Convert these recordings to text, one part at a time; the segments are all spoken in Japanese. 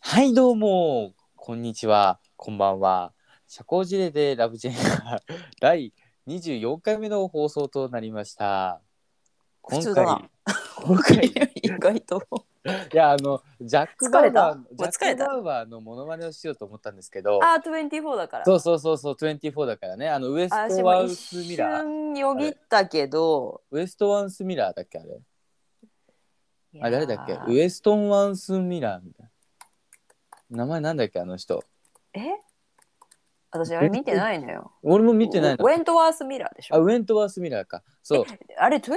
はい、どうも、こんにちは、こんばんは。社交辞令でラブジェンが 第24回目の放送となりました。今普通だ回な、今回、い意外と。 や、あの、ジャック・バウバーの、疲ジャれたもう疲ッれク・たバウバーのモノマネをしようと思ったんですけど、あー、24だから。そうそうそうそう、24だからね、あの、ウエあス私トワもン一スミラー、瞬よぎったけど。ウエストワンスミラーだっけ、あれ。あ、いや誰ーだっけウエストン・ワンスミラーみたいな。名前なんだっけ、あの人。え私あれ見てないのよ。俺も見てないウの。ェントワースミラーでしあ、ょ。ウェントワース・ミラーか。そう。あれ24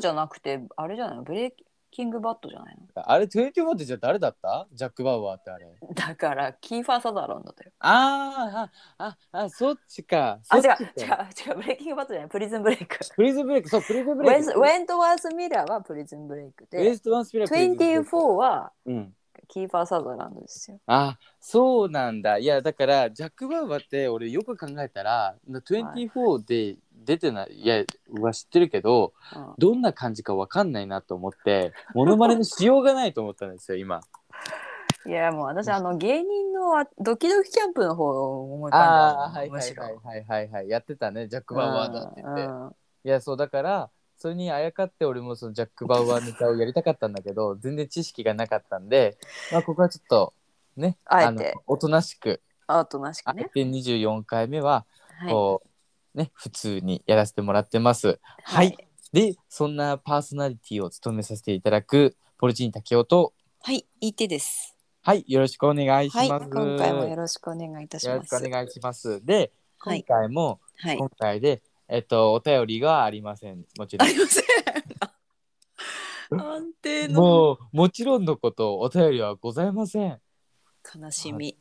じゃなくて、あれじゃないのブレーキングバットじゃないあれ、24ってじゃあ誰だったジャック・バウアーってあれ。のだから、キーファー・サザーランドだよ。あーあ、あ、あ、そっちか。あ、違うそっち違かう違う。ブレーキングバットじゃない。プリズンブレイク。プリズンブレイク、そう、プリズンウブレェインク。ウェントワースミラーはプリズンブレイクウエで、ストワンスピラプリズンブレイク24はうん。キーファー・サザーランドですよ。あ、そうなんだ。いや、だから、ジャック・バウアーって俺よく考えたら、24で出てない、いや、は知ってるけど、うんどんな感じかわかんないなと思って、モノマネのしようがないと思ったんですよ、今。いやもう私あの芸人のあドキドキキャンプの方を思い 浮ああかー、はんだいむはしいろはいはいはいはい。やってたね、ジャック・バウアーだって言って。うんうんいやそうだからそれにあやかって俺もそのジャック・バウアーネタをやりたかったんだけど全然知識がなかったんで、まあ、ここはちょっとねあえてのおとなしくアートなしあえくね。て24回目ははいこう、ね普通にやらせてもらってます。はい、はいでそんなパーソナリティを務めさせていただくポルチーニ竹雄とはい、いてです。はいよろしくお願いしまはい、す。今回もよろしくお願いいたしよまろしくす。お願いします。では今い、回も、はい。今回でえっとお便りがありませんもちろあん。りま せん。安定のもうもちろんのことお便りはございません悲しみ。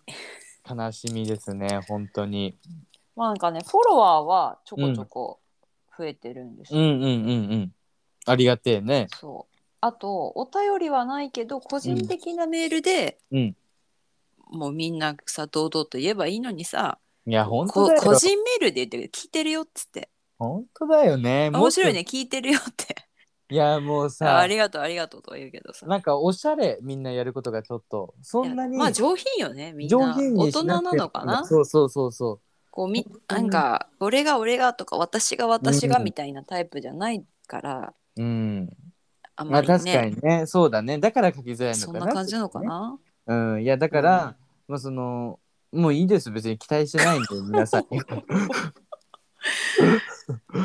悲しみですね本当にまあなんかね、フォロワーはちょこちょこ増えてるんですうんよ。うんうんうんありがてえねそう。あと、お便りはないけど、個人的なメールで、うんもうみんなさ、堂々と言えばいいのにさ、いや本当こだよ個人メールで言ってる聞いてるよっつって本当だよねもっと面白いね聞いてる よっていやもうあさりがとうありがとうとは言うけどさなんかおしゃれみんなやることがちょっとそんなにまあ上品よねみん上な品に大し人ななくてのかなそうそうそうそこうみうんなんか俺が俺がとか私が私うがんみたいなタイプじゃないからううんあんままあり確かねにねそうだねだから書きづらいのそかんなな感じなのかなうんいやだから、まあそのもういいです別に期待してないんで皆 さん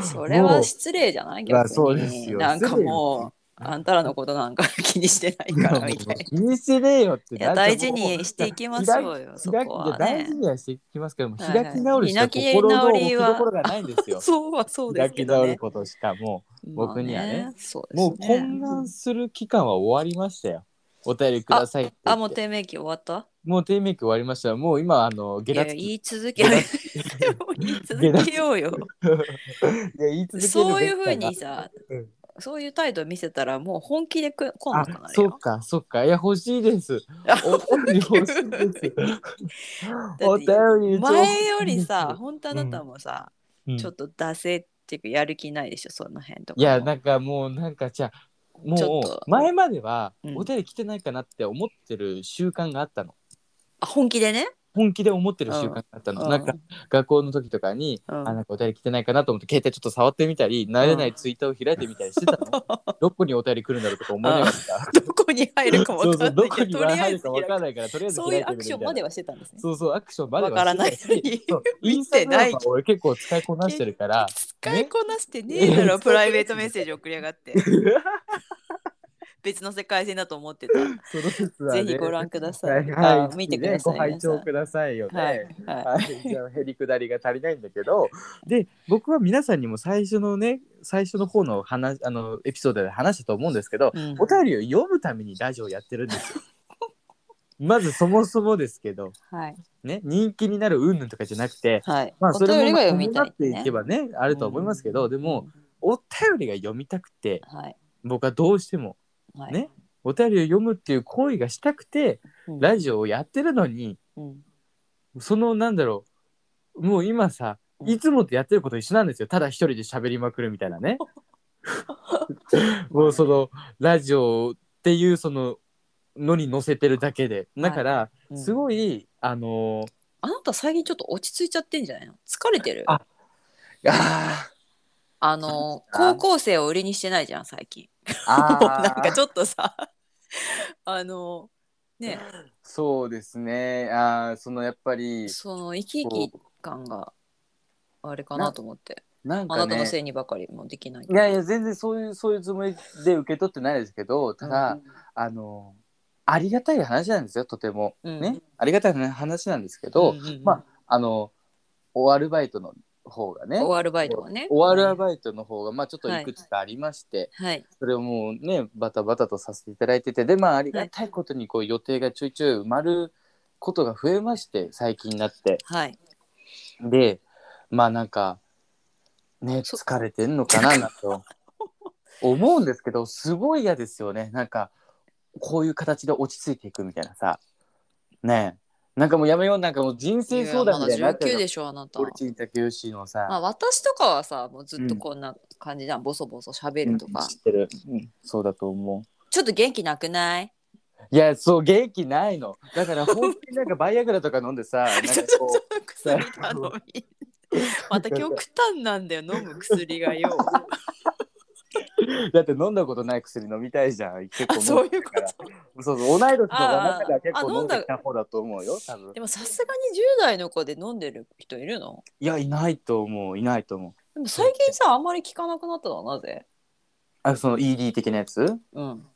それは失礼じゃないまあ逆にそうですよなんかもうあんたらのことなんか気にしてないからみたいな。気にしてねえよっていや大事にしていきましょうよそ開きこいやは大ね事。にはしていきますけども、はいはい開き直りしか開き直心の置りきはどころがないんですよ。 そうはそうで開すけきど直ねる。ことしかも僕にはねまあそうう、でもすうね懇願する期間は終わりましたよ。お便りくださいって言ってあもう低迷期終わったもう低迷期終わりましたよ。もう今、あの、ゲいやラつき。言いい続け下る脱言い続けようよや、言い続けるそういうべふうきかなにさうんそういう態度見せたらもう本気でく来なくなあ、るそよっか、そっか。いや、欲しいです。あお便り欲しいです。お便りちょうだい前よりさ本当あなたもさ、うんちょっと出せっていうかやる気ないでしょその辺とかいやもなんかもうなんかじゃあちょもっとう前まではうんお便り来てないかなって思ってる習慣があったの、あ本気でね、本気で思ってる習慣があったの、うんなんか学校の時とかに、うんあなんかお便り来てないかなと思って携帯ちょっと触ってみたり慣れないツイッターを開いてみたりしてたの、どこにお便り来るんだろうとか思い ながらさ どこに入るかもそわうそかうんなどいこけにどとりあ入えるずか分からないからとりあえずそうい開ういてアみるクみシたョいンまでなはしてたんですねそうそうアクションまでわはからないしてのたしにそうイン見スタてグラなムいは俺結構使いこなしてるから使いこなしてねえだろ、ねプライベートメッセージ送りやがって 別の世界線だと思ってたはその説はねぜひご覧くださはいいはあい、見てくださいねご拝聴くださいよね。はいい、ははい、じゃあへりくだりが足りないんだけどで僕は皆さんにも最初のね最初の方の話あのエピソードで話したと思うんですけどい、うんお便りを読むためにラジオやってるんですよ。 まずそもそもですけど、はいね、人気になる云々とかじゃなくて、はいまあ、それお便りもがまあ読みた伴いっていけばねああると思いますけど、でもお便りが読みたくてはい僕はどうしてもはいねお便りを読むっていう行為がしたくてうんラジオをやってるのにうんそのなんだろうもう今さうんいつもとやってること一緒なんですよただ一人で喋りまくるみたいな ねもうそのラジオっていうそののに載せてるだけでだから、うんうんすごい、あのあなた最近ちょっと落ち着いちゃってんじゃないの疲れてるああー、あのあ高校生を売りにしてないじゃん最近 ーあもうー なんかちょっとさあのねそうですね。あーそのやっぱり、その生き生き感があれかなと思って、なんあかなたのね、せいにばかりもできないいやいや、全然そういう、そういうつもりで受け取ってないですけど、ただ、あのありがたい話なんですよ、とても。うんね、ありがたい話なんですけど、まあの、おアルバイトの方がね、終わるバイトはねおアルイバイトの方が、まあちょっといくつかありまして、トはいそれをもうね、バタバタとさせていただいてて、で、まあありがたいことにこう予定がちょいちょい埋まることが増えまして、最近になって。はいで、まあなんか、ね、そ疲れてんのかな、なんて思うんですけど、すごい嫌ですよね。なんか、こういう形で落ち着いていくみたいなさ。ねえなんかもうやめよう、なんかもう人生相談みたいになっ19てるでしょあなた俺、ちんたけよしのさ。まあ私とかはさもうずっとこんな感じじゃん、ボソボソ喋るとか、うん知ってる、うんそうだと思う。ちょっと元気なくないいや、そう、元気ないの。だから、本当になんかバイアグラとか飲んでさ、なんか ちょっこと薬頼みまた極端なんだよ飲む薬がよ う、だって飲んだことない薬飲みたいじゃん。結構あそ飲うんいでうるこから。そうそう、同い年とか中では結あーあ構飲んで飲きんだた方だと思うよ、多分と。でもさすがに10代の子で飲んでる人いるのいや、いないと思う、いないと思う。でも最近さあんまり聞かなくなったのはなぜあ、その ED 的なやつうん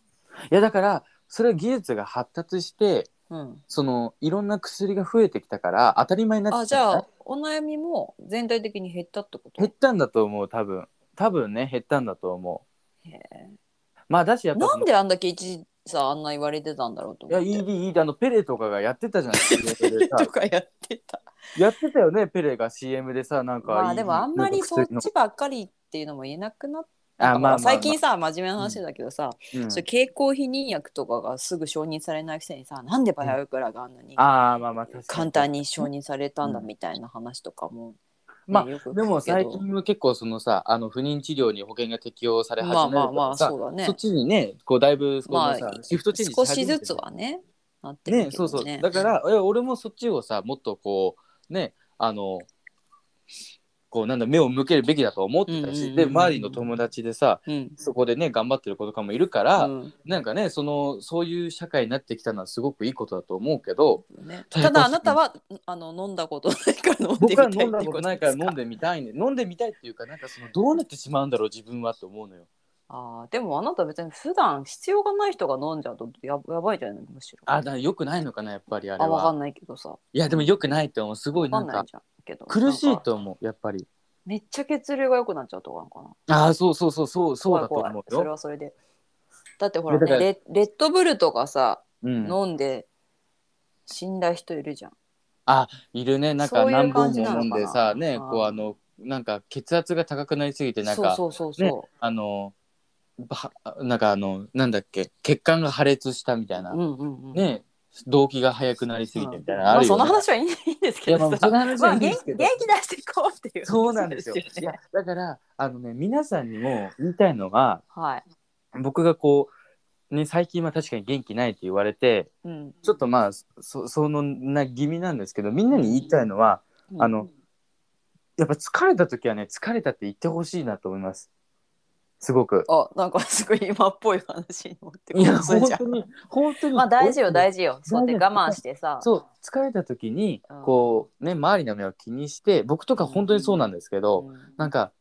いや、だから、それは技術が発達して、うんその、いろんな薬が増えてきたから、当たり前になってあきじたんゃだあお悩みも全体的に減ったってこと減ったんだと思う、多分。多分ね、減ったんだと思へえう。まあ、だし、やっぱなその、んであんだけ一時さあんな言われてたんだろうといや、思って ED、ED、あの、ペレとかがやってたじゃ ないですか。でさとかやってたやってたよね、ペレが CM でさ、なんか。まあでもあんまりそっなんかちばっかりっていうのも言えなくなった薬のあ、まあ、まあまあ、最近さ真面目な話だけどさ、うんそう経口避妊薬とかがすぐ承認されないくせにさなんでバイアグラがあんなにああ、まあまあ、確か簡単に。に承認されたんだうんみたいな話とかも、ねまあよく聞くけでども最近は結構そのさ、あの不妊治療に保険が適用され始まあめるまあとまかあさ、そうだそねっちにね、こうだいぶこのさ、まあシフトチェンジ少されしてるずんだよつはねなってるねけどねそうそうだからえ俺もそっちをさもっとこうねあのこうなんだ目を向けるべきだと思ってたし、うんうんうんうんで周りの友達でさうん、そこでね頑張ってる子とかもいるから、うんなんかねそのそういう社会になってきたのはすごくいいことだと思うけどね、ただただあなたはあの飲んだことないから飲んでみ僕はたいって飲んだことないから飲んででみたいね飲んでみたいっていうかなんかそのどうなってしまうんだろう自分はって思うのよ。あーでもあなた別に普段必要がない人が飲んじゃうとややばいじゃないむしろあだから良くないのかなやっぱりあれあわかは。んないけどさいやでも良くないって思うすごいわなんかんないかじゃんけど苦しないんかと思うやっぱり。めっちゃ血流が良くなっちゃうとかなのかなああそうそうそうそうそうだと怖い思怖いうそれよ。はそれでだってほら,、いやだね、からレレッドブルとかさ、うん、飲んで死んだ人いるじゃんいるねなんそかういう何本感じなのもかな飲んでさねあーこうあのなんか血圧が高くなりすぎてなんかそうそうそうそ、あのばなんかあのなんだっけ血管が破裂したみたいうな、うんうんうんね動悸が早くなりすぎてみたいな、まああるよそねの話はいいいいんですいけやどまさ、あその話まはいあいん元ですけ気ど、元気出していこうっていうそうなんですよ話いねやだからあのね皆さんにも言いたいのが はい、僕がこうね最近は確かに元気ないって言われてうん、ちょっとまあそそのな気味なんですけどみんなに言いたいのはあのやっぱ疲れた時はね疲れたって言ってほしいなと思いますすごくあなんかすごい今っぽい話に持ってくいやるそれ本じゃ当に本当にまあ大事よ事大事よそうやって大事我慢してさそう疲れた時にうんこうね周りの目を気にして僕とか本当にそうなんですけど、んなんか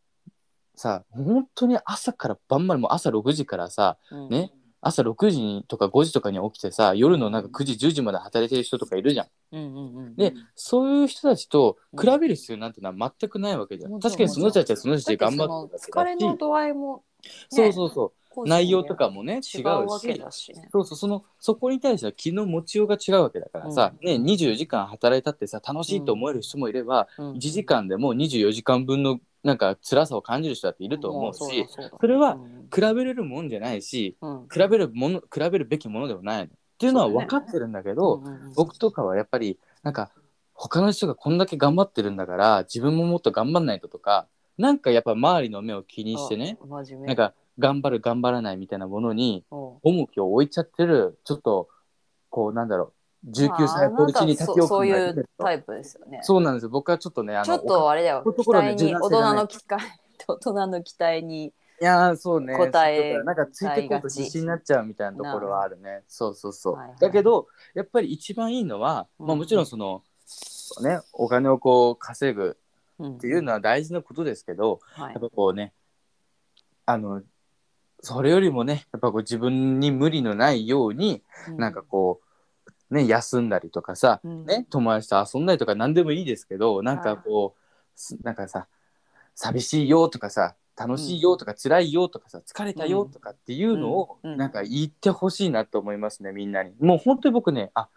さ本当に朝から晩までもう朝6時からさうんね朝6時にとか5時とかに起きてさ夜のなんか9時10時まで働いてる人とかいるじゃん。うんうんうんうんでそういう人たちと比べる必要なんてのは全くないわけじゃん。うん確かにその人たちはその人たちで頑張ってだるってその疲れの度合いも、そうねそうそう。個人で内容とかもね違違ううわけしだしね。そうそうそのそこに対しては気の持ちようが違うわけだからさ、ね、24時間働いたってさ楽しいと思える人もいれば、うん1時間でも24時間分のなんか辛さを感じる人だっていると思うし、まあ比だだそれはうんべれるもんじゃないしうん比べるもの比べるべきものではないのっていうのはそうだね分かってるんだけど、うんうんうん僕とかはやっぱりなんか他の人がこんだけ頑張ってるんだから自分ももっと頑張んないととかなんかやっぱ周りの目を気にしてねあ真面目なんか頑張る頑張らないみたいなものにおう重きを置いちゃってるちょっとこうなんだろう19まあ歳あポなルたチはにそ立うちそういをうタイプですよね。そうなんですよ僕はちょっとねあのちょっおとあれだよ。こういうと期ころね待に柔軟大性がね人の期待 大人の期待に。いやーそうね答えそうだからなんかついてこうと自信になっちゃうみたいなところはあるねそうそうそう、はいはいだけどやっぱり一番いいのは、うんまあ、もちろんその、ね、お金をこう稼ぐっっていうのは、は大事なことですけど、はいやっぱこうねあのそれよりもねやっぱこう自分に無理のないように、なんか、こうね休んだりとかさ、うんね、友達と遊んだりとか何でもいいですけどなんかこう、すなんかさ寂しいよとかさ楽しいよとか辛いよとかさ疲れたよとかっていうのをうんうんなんか言ってほしいなと思いますねみんなに。もう本当に僕ねあ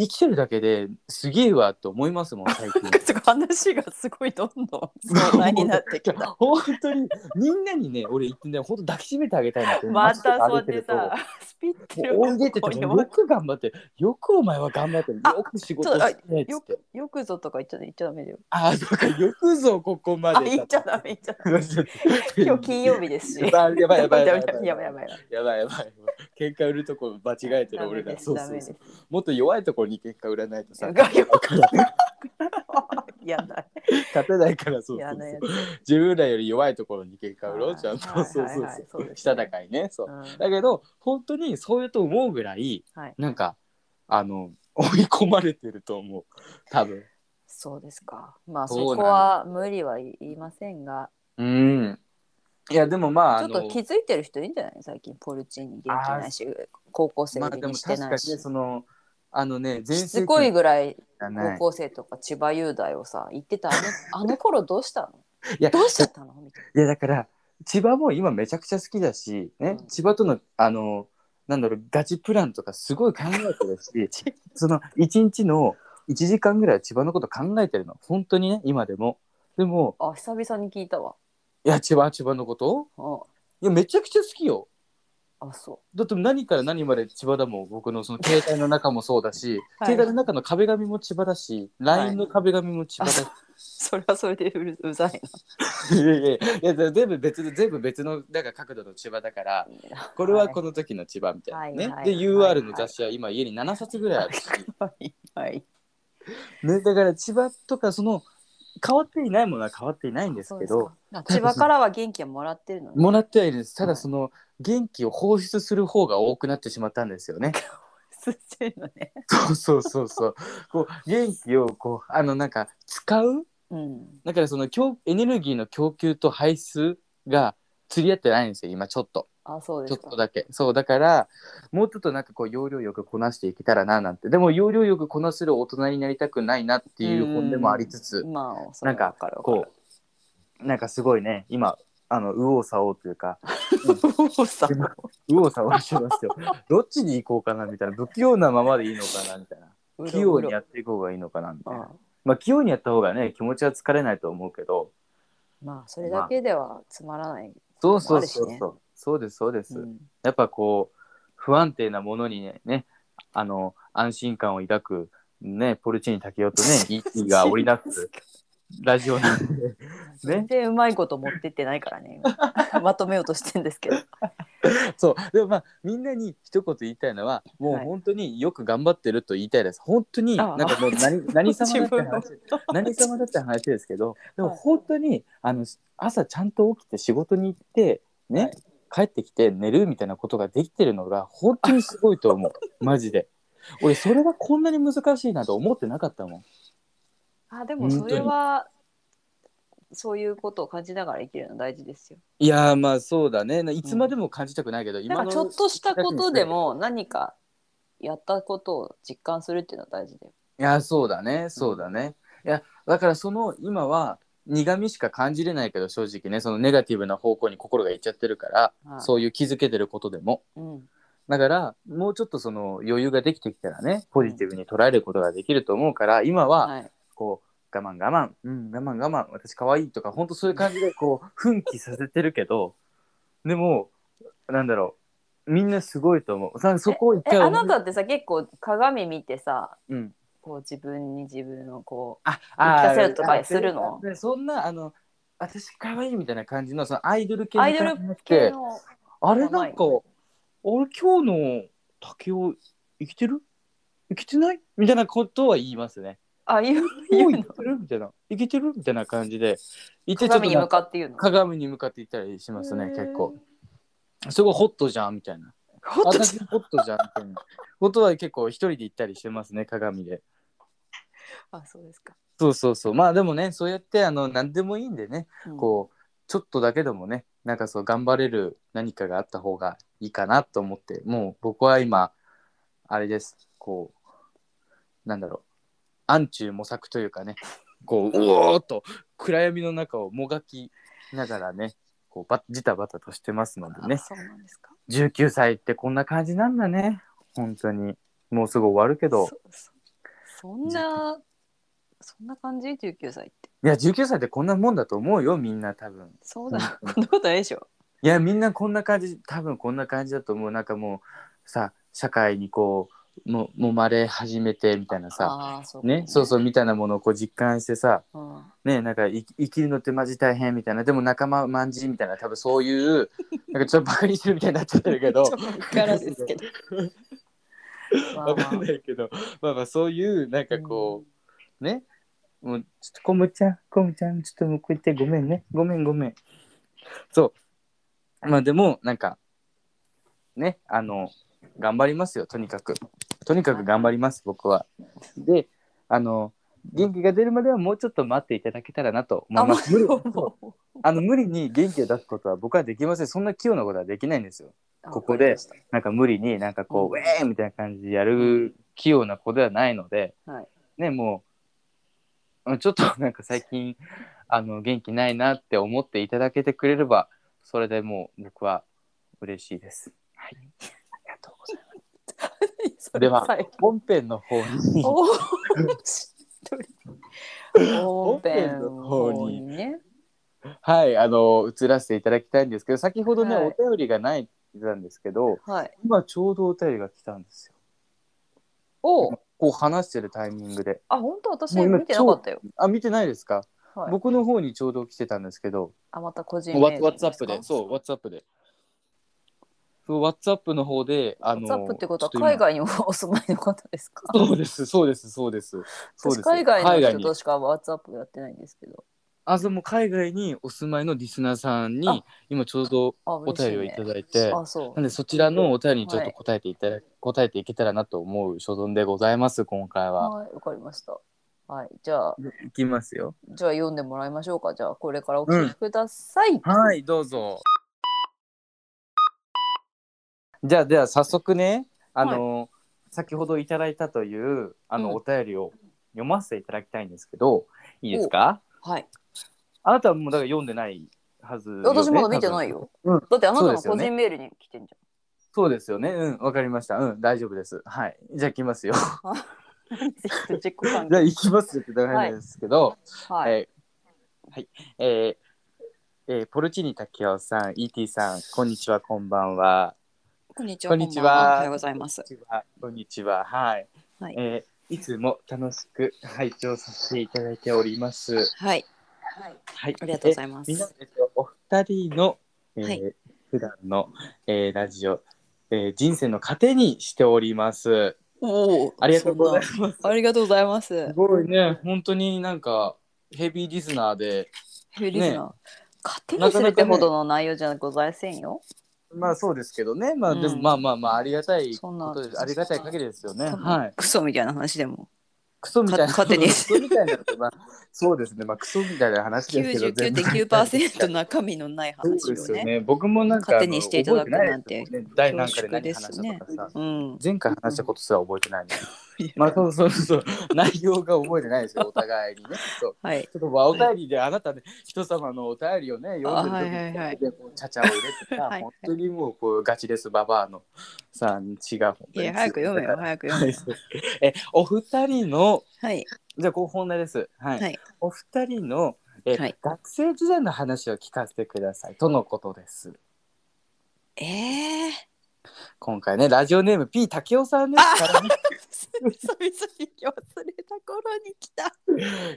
生きてるだけですげえわと思いますもん最近。ちょっと話がすごいどんどん相談になってき た。本当にみんなにね俺言ってね本当抱きしめてあげたいなってま街とたかそ歩ういてでるとさ、スピってもうおいでって言ってもよく頑張ってよくお前は頑張ってるあよく仕事してねっつよってくよくぞとか言っちゃ言っちゃダメだよ。あそうかよくぞここまあで言っちゃダメ言っちゃダメ。 今日金曜日ですし。やばいやばいやばいややばばいいやばいやばい。やばいやばい喧嘩売るとこ間違えてる俺ダらメですそうダそメうでそすうもっと弱いところに喧嘩売らないとさがよだから やだ勝てないからそうそやうそだやうだ。自分らより弱いところに喧嘩売ろはういちゃんとはいそうそうはいはいそそううですしたねたかいねそううんだけど本当にそういうと思うぐらいはい。なんかあの 追い込まれてると思う多分そうですか。まあそそうなんこは無理は言いませんが、うんいやでもまあちょあっのと気づいてる人いいんじゃない最近ポルチーニ元気ないし、高校生まあ元気でもにして確かなにいし。そのあのね全しつこいぐらいら高校生とか千葉雄大をさ言ってたあのあの頃どうしたのいやどうしちゃったのみたいいやだから千葉も今めちゃくちゃ好きだし、ねうん千葉とのあのなんだろうガチプランとかすごい考えてるし その1日の1時間ぐらいは千葉のこと考えてるの本当にね今でもでもなあ久々に聞いたわいや千葉千葉のことあいやめちゃくちゃ好きよあそ だって何から何まで千葉だもん僕のその携帯の中もそうだし、 はい携帯の中の壁紙も千葉だし LINE の壁紙も千葉だし、うそれはそれでうるうざいいやいやいやいや全部別の全部別のなんか角度の千葉だからなこれはこの時の千葉みたいなね、はいではいはい UR の雑誌は今家に7冊ぐらいあるし、はいはいね、だから千葉とかその変わっていないものは変わっていないんですそうけでどすかあ千葉からは元気はもらってるのねもらってはいるんですただその元気を放出する方が多くなってしまったんですよね吸ってるのねそうそうそうそうこう元気をこうあのなんか使ううんだからその供エネルギーの供給と排出が釣り合ってないんですよ今ちょっと。あそうでちょすっかとだけそうだからもうちょっとなんかこう要領よくこなしていけたらななんてでも要領よくこなせる大人になりたくないなっていう本でもありつつまあそなんかわるわこうなんかすごいね今あの右往左往というかうさ右往左往してます よどっちに行こうかなみたいな不器用なままでいいのかなみたいな器用にやっっていこうがいいのかなみたいなあまあ器用にやった方がね気持ちは疲れないと思うけどまあそれだけではつまらない、そうそうそうもあるしねそう、そうですそうです、うんやっぱこう不安定なものにねねあの安心感を抱く、ね、ポルチーニ竹雄 とね息が織り出すラジオなんで全然うまいこと持ってってないからね 今まとめようとしてんですけどそうでもまあみんなに一言言いたいのはもうはい本当によく頑張ってると言いたいです本当にあなあんかもう何 何様だって話自何様だって話ですけどでもはい本当にあの朝ちゃんと起きて仕事に行ってね、帰ってきて寝るみたいなことができてるのが本当にすごいと思 うマジで俺それがこんなに難しいなと思ってなかったもんあでもそれはそういうことを感じながら生きるの大事ですよ。いやーまあそうだねないつまでも感じたくないけど、な今んのかちょっとしたことでも何かやったことを実感するっていうのは大事だよ。いやそうだねそうだね、いやだからその今は苦味しか感じれないけど正直ねそのネガティブな方向に心がいっちゃってるから、はいそういう気づけてることでもうん、だからもうちょっとその余裕ができてきたらねポジティブに捉えることができると思うから今ははい、こう我慢我慢、うん、我慢我慢私可愛いとか本当そういう感じでこう奮起させてるけどでもなんだろうみんなすごいと思うさそこを一え回あ思いなたってさ結構鏡見てさうん、こう自分に自分のこあ聞かあせるとかするのあでそんなあの私可愛いみたいな感じのそのアイドル系うのアイドル感じじゃ系なくてのあれなんか俺今日の竹を生きてるいけてないみたいなことは言いますね。あ、言う、言おうい、いのけ。てるみたいな。いけてるみたいな感じで。いてちょっと鏡にな向んかかって言うの。鏡に向かっていったりしますね、へー結構。。すごいホットじゃんみたいな。ほっと私ホットじゃんみたいな。ことは結構一人で行ったりしてますね、鏡で。あ、そうですか。そうそうそう。まあでもね、そうやってあの何でもいいんでね、うんこう、ちょっとだけでもね、なんかそう頑張れる何かがあった方がいいかなと思って、もう僕は今、あれです、こう、なんだろう、暗中模索というかね、こう、うおーっと暗闇の中をもがきながらね、こうバジタバタとしてますのであね、そうなんですか。 19歳ってこんな感じなんだね、本当に。もうすぐ終わるけどそ。そそんな、そんな感じ ?19 歳って。いや、19歳ってこんなもんだと思うよ、みんな多分。そうだ。 こんなことないでしょ。いやみんなこんな感じ多分こんな感じだと思うなんかもうさ社会にこうも揉まれ始めてみたいなさああ、そうかねそうそうみたいなものをこう実感してさうん。ねなんかい生きるのってマジ大変みたいなでも仲間まんじみたいな多分そういうなんかちょっとバカにしてるみたいになっちゃってるけど ちょっとからで すけど。まあわまかんないけどまあまあそういうなんかこうねもうちょっとコムちゃんコムちゃんちょっと向こう行ってごめんねごめんごめんそうまあでもなんかねあの頑張りますよとにかくとにかく頑張ります僕はであの元気が出るまではもうちょっと待っていただけたらなと思あいまます無理あもあの無理に元気を出すことは僕はできませんそんな器用なことはできないんですようここでわかりましなんか無理になんかこう、うんウェーみたいな感じでやる器用な子ではないので、はいねもううんちょっとなんか最近あの元気ないなって思っていただけてくれればそれでもう僕は嬉しいです。はい、ありがとうございまたでは最後す本編の方に おーしっとり本編の方にね。はいあの移らせていただきたいんですけど先ほどね、はいお便りがないなんですけどはい。今ちょうどお便りが来たんですよ。おーこう話してるタイミングで。あ、本当私もう今見てなかったよ。あ見てないですか、はい僕の方にちょうど来てたんですけど。あ、また個人ワ名義ッツアップで、すかそう、ワッツアップで。そう、ワッツアップの方で、あの。ワッツアップってことはちょっ今海外にお住まいの方ですかそうです、そうです、そうです。そうで私す海外の人にと。しかワッツアップやってないんですけど。あ、そう、もう海外にお住まいのリスナーさんにあ、今ちょうどあ、お嬉便しりいをいねた。だいて。あ、そなう。んで、そちらのお便りにちょっはとい答えていただ、答えていけたらなと思う所存でございます、今回は。はい、わかりました。はい、じゃあ、いきますよ。じゃあ読んでもらいましょうか。じゃあ、これからお聞きください。はい、どうぞ。じゃあ、では早速ね、あの、先ほどいただいたという、あの、うんお便りを読ませていただきたいんですけど、いいですかはい。あなたはもうだから読んでないはずよね、私まだ見てない多分。よ。うんだってあなたそうのですよ個ね人メールに来てんじそうですよね。うん、わかりました。うん、大丈夫です。はい。じゃあ、行きますよ。 じゃ ん。ぜひ自己関係。ゃあ、行きますよって言ったら変ですけど、はい。えーはい、えーえーポルチーニ竹雄さん、ET さん、こんにちは、こんばんは。こんにちこんにちはおはようございます。こんにちは。こんにちは。はい。はいえーいつも楽しく拝聴させていただいております。はい。はい。ありがとうごいざいまみんなす。、えっと、お二人の、えーはい普段の、えーラジオ、えー人生の糧にしております。おお。ありがとうございす。ます。ありがとうございます。すごいね。本当になんかヘビーリスナーで、ヘビーリスナー。勝手なにかすなかねるってほどの内容じゃございませんよ。まあそうですけどね。まあ、でもうんまあまあまあありがたいそこんなとです。ありがたい限りですよね。多分はい。クソみたいな話でも。クソみたいな勝手にクソみたいなことまあそうですねまあクソみたいな話ですけど99.9%中身のないそうで話をすよね。ね僕もなんか勝手にしていただくなんて覚えないですもんね第何回で恐縮何で話したとすねかさうん。前回話したことすら覚えてないの まあそうそうそう 内容が覚えてないですよお互いにねそうはい。ちょっとまあお便りであなたね人様のお便りをね読んでる時あはいはいはいにでこうちゃちゃを入れてさはい本当にもうこうガチですババアのさ血が本い当にや、早く読 めよ、早く読めよ。えお二人のはい。じゃあこう本題です。はい。はいお二人の、えはい学生時代の話を聞かせてくださいとのことです。ええー。今回ねラジオネーム P 竹雄さんですからね、久々に忘れた頃に来た。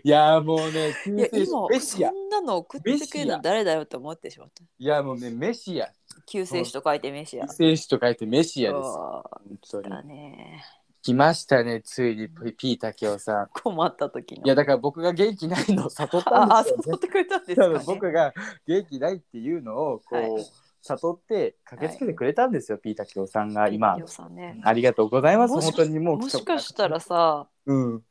いやーもうね救いや世主今メシアそんなの送ってくれるの誰だよって思ってしまった。いやもうねメシア救世主と書いてメシア救。世主と書いてメシアです。そ本当うにだね。来ましたねついにピピータケオさん困った時のいやだから僕が元気ないのを悟ったんああですよ誘ねってくれたんです多か、分ね、僕が元気ないっていうのをこう、はい悟って駆けつけてくれたんですよ、ピータキオさんが今リオさんねありがとうございますもし本当にもうもしかしたらさうん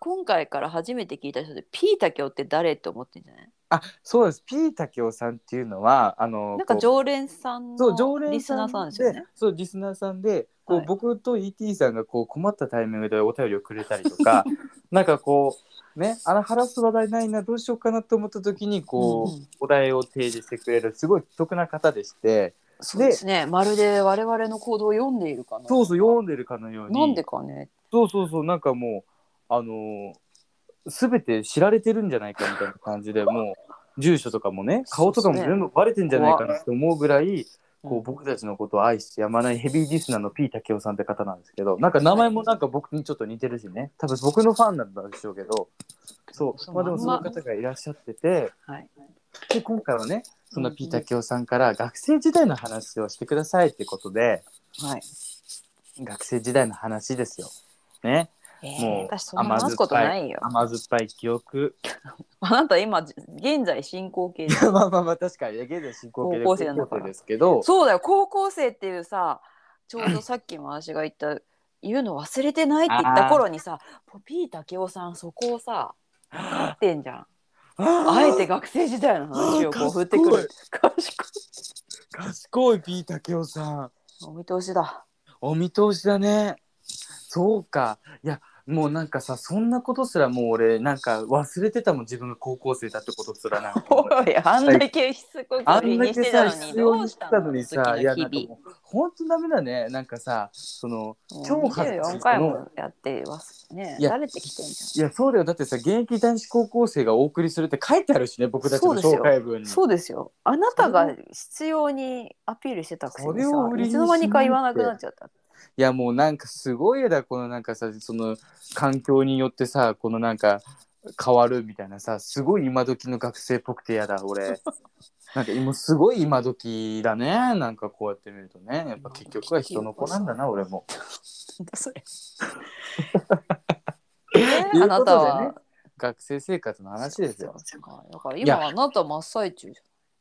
今回から初めて聞いた人でピータケオって誰って思ってんじゃないあそうですピータキオさんっていうのはあのなんかこう常連さんそうの常連リスナーさんですよね。そうリスナーさんでこう、はい僕と ET さんがこう困ったタイミングでお便りをくれたりと かなんかこうねあら話す話題ないなどうしようかなと思った時にこう、うんうんお題を提示してくれるすごい奇特な方でしてそうですね。まるで我々の行動を読んでいるかのそうそう読んでるかのようになんでかね。そうそうそうなんかもうあのすべて知られてるんじゃないかみたいな感じでもう住所とかもね顔とかもそうっすね全部バレてんじゃないかなって思うぐらい、こううん僕たちのことを愛してやまないヘビーリスナーの P 竹雄さんって方なんですけどなんか名前もなんか僕にちょっと似てるしね多分僕のファンなんでしょうけどそうまあでもその方がいらっしゃっててはい。で今回はねそんな P 竹雄さんから学生時代の話をしてくださいってことではい。学生時代の話ですよ。ねえもー、う私そんな話すことないよ。甘酸っぱい記憶 あなた今現在進行形じゃんまあまあまあ確かにね現在進行形で高校生なんだから高校生ですけどそうだよ高校生っていうさちょうどさっきも私が言った言うの忘れてないって言った頃にさポピータケオさんそこをさ分かってんじゃん。あえて学生時代の話をこう振ってくる。賢賢い P 竹雄さんい。お見通しだ。お見通しだねそうかいやもうなんかさそんなことすらもう俺なんか忘れてたもん自分が高校生だってことすらなんか おい、あんだけしつこくあ売んだりにしけてたさのに必ど要うにししたたののに好さきいなや日なんかもう本当ダメだねなんかさその々。超もう恥ずかしい24回もやってますね。いや慣れてきてんじいやそうだよだってさ現役男子高校生がお送りするって書いてあるしね僕たちの紹介文ゃん。にそうですよ。あなたが必要にアピールしてたくせにさそれを売りいにしつないのって間にか言わなくなっちゃった。いやもうなんかすごいだこのなんかさその環境によってさこのなんか変わるみたいなさすごい今時の学生っぽくてやだ 俺なんか今すごい今時だねなんかこうやって見るとねやっぱ結局は人の子なんだな俺も。なんだそ れ。ということでねあなたは。学生生活の話ですよ。そうかだから今あなた真っ最中じ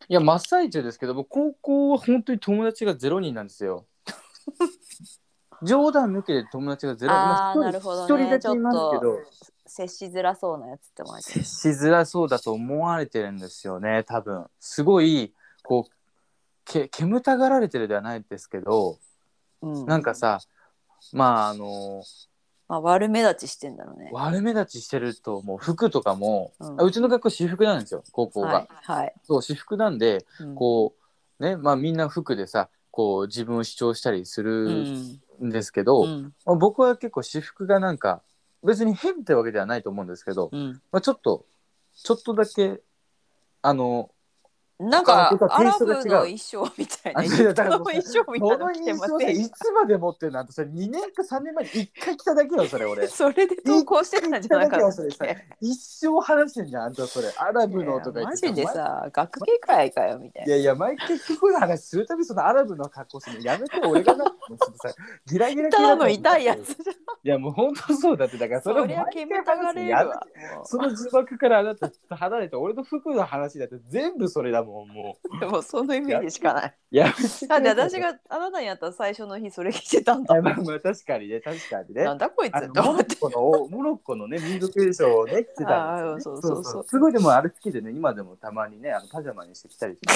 いや真っ最中ですけど僕高校は本当に友達がゼロ人なんです よ。冗談抜きで友達がゼロま一あー人なるほどね一人だけいますけちょど。ゃん。接しづらそうなやつって思われて接るしづらそうだと思われてるんですよね多分すごいこうけ煙たがられてるではないですけどうんなんかさまああのまあ、悪目立ちしてんだろうね。悪目立ちしてるともう服とかも、ううんうちの学校私服なんですよ高校が、はい、はいそう私服なんでうんこうねまあみんな服でさこう自分を主張したりすうるんんですけど、うんまあ、僕は結構私服がなんか別に変ってわけではないと思うんですけど、うんまあ、ちょっとちょっとだけあのなんか他のアテイラスブトがの違う衣装みたいなあ人違のうだからもう衣装 みたいなこのの着て印ま象せでんいつまで持ってるのあんたそれ2年か3年前に1回来ただけよそれ 俺それで投稿してたんじゃなかったっ一回だけ一生話してんじゃんあんたそれアラブのとかいやマジでお前さ学芸会かよみたいいなやいや毎回聞くの話するたびそのアラブの格好するのやめて俺がなんかもうちょっとさギラギラ系ただとだ思のう痛いやつじいゃんやもう本当そうだってだからそれそをりゃ毎回煙たが話すのれるやめてわもその呪縛からあなた離れて俺の服の話だって全部それだもんもううでもそのイメージしかないやめてくれだって私があなたに会った最初の日それ着てたんだあまあまあ確かにね確かにねなんだこいあつとのモロ思っッコのモロッコのね民族衣装をね着てたんですよ、あーね、そうそうそうすごいでもあれ好きでね今でもたまにねあのパジャマにしてきたりして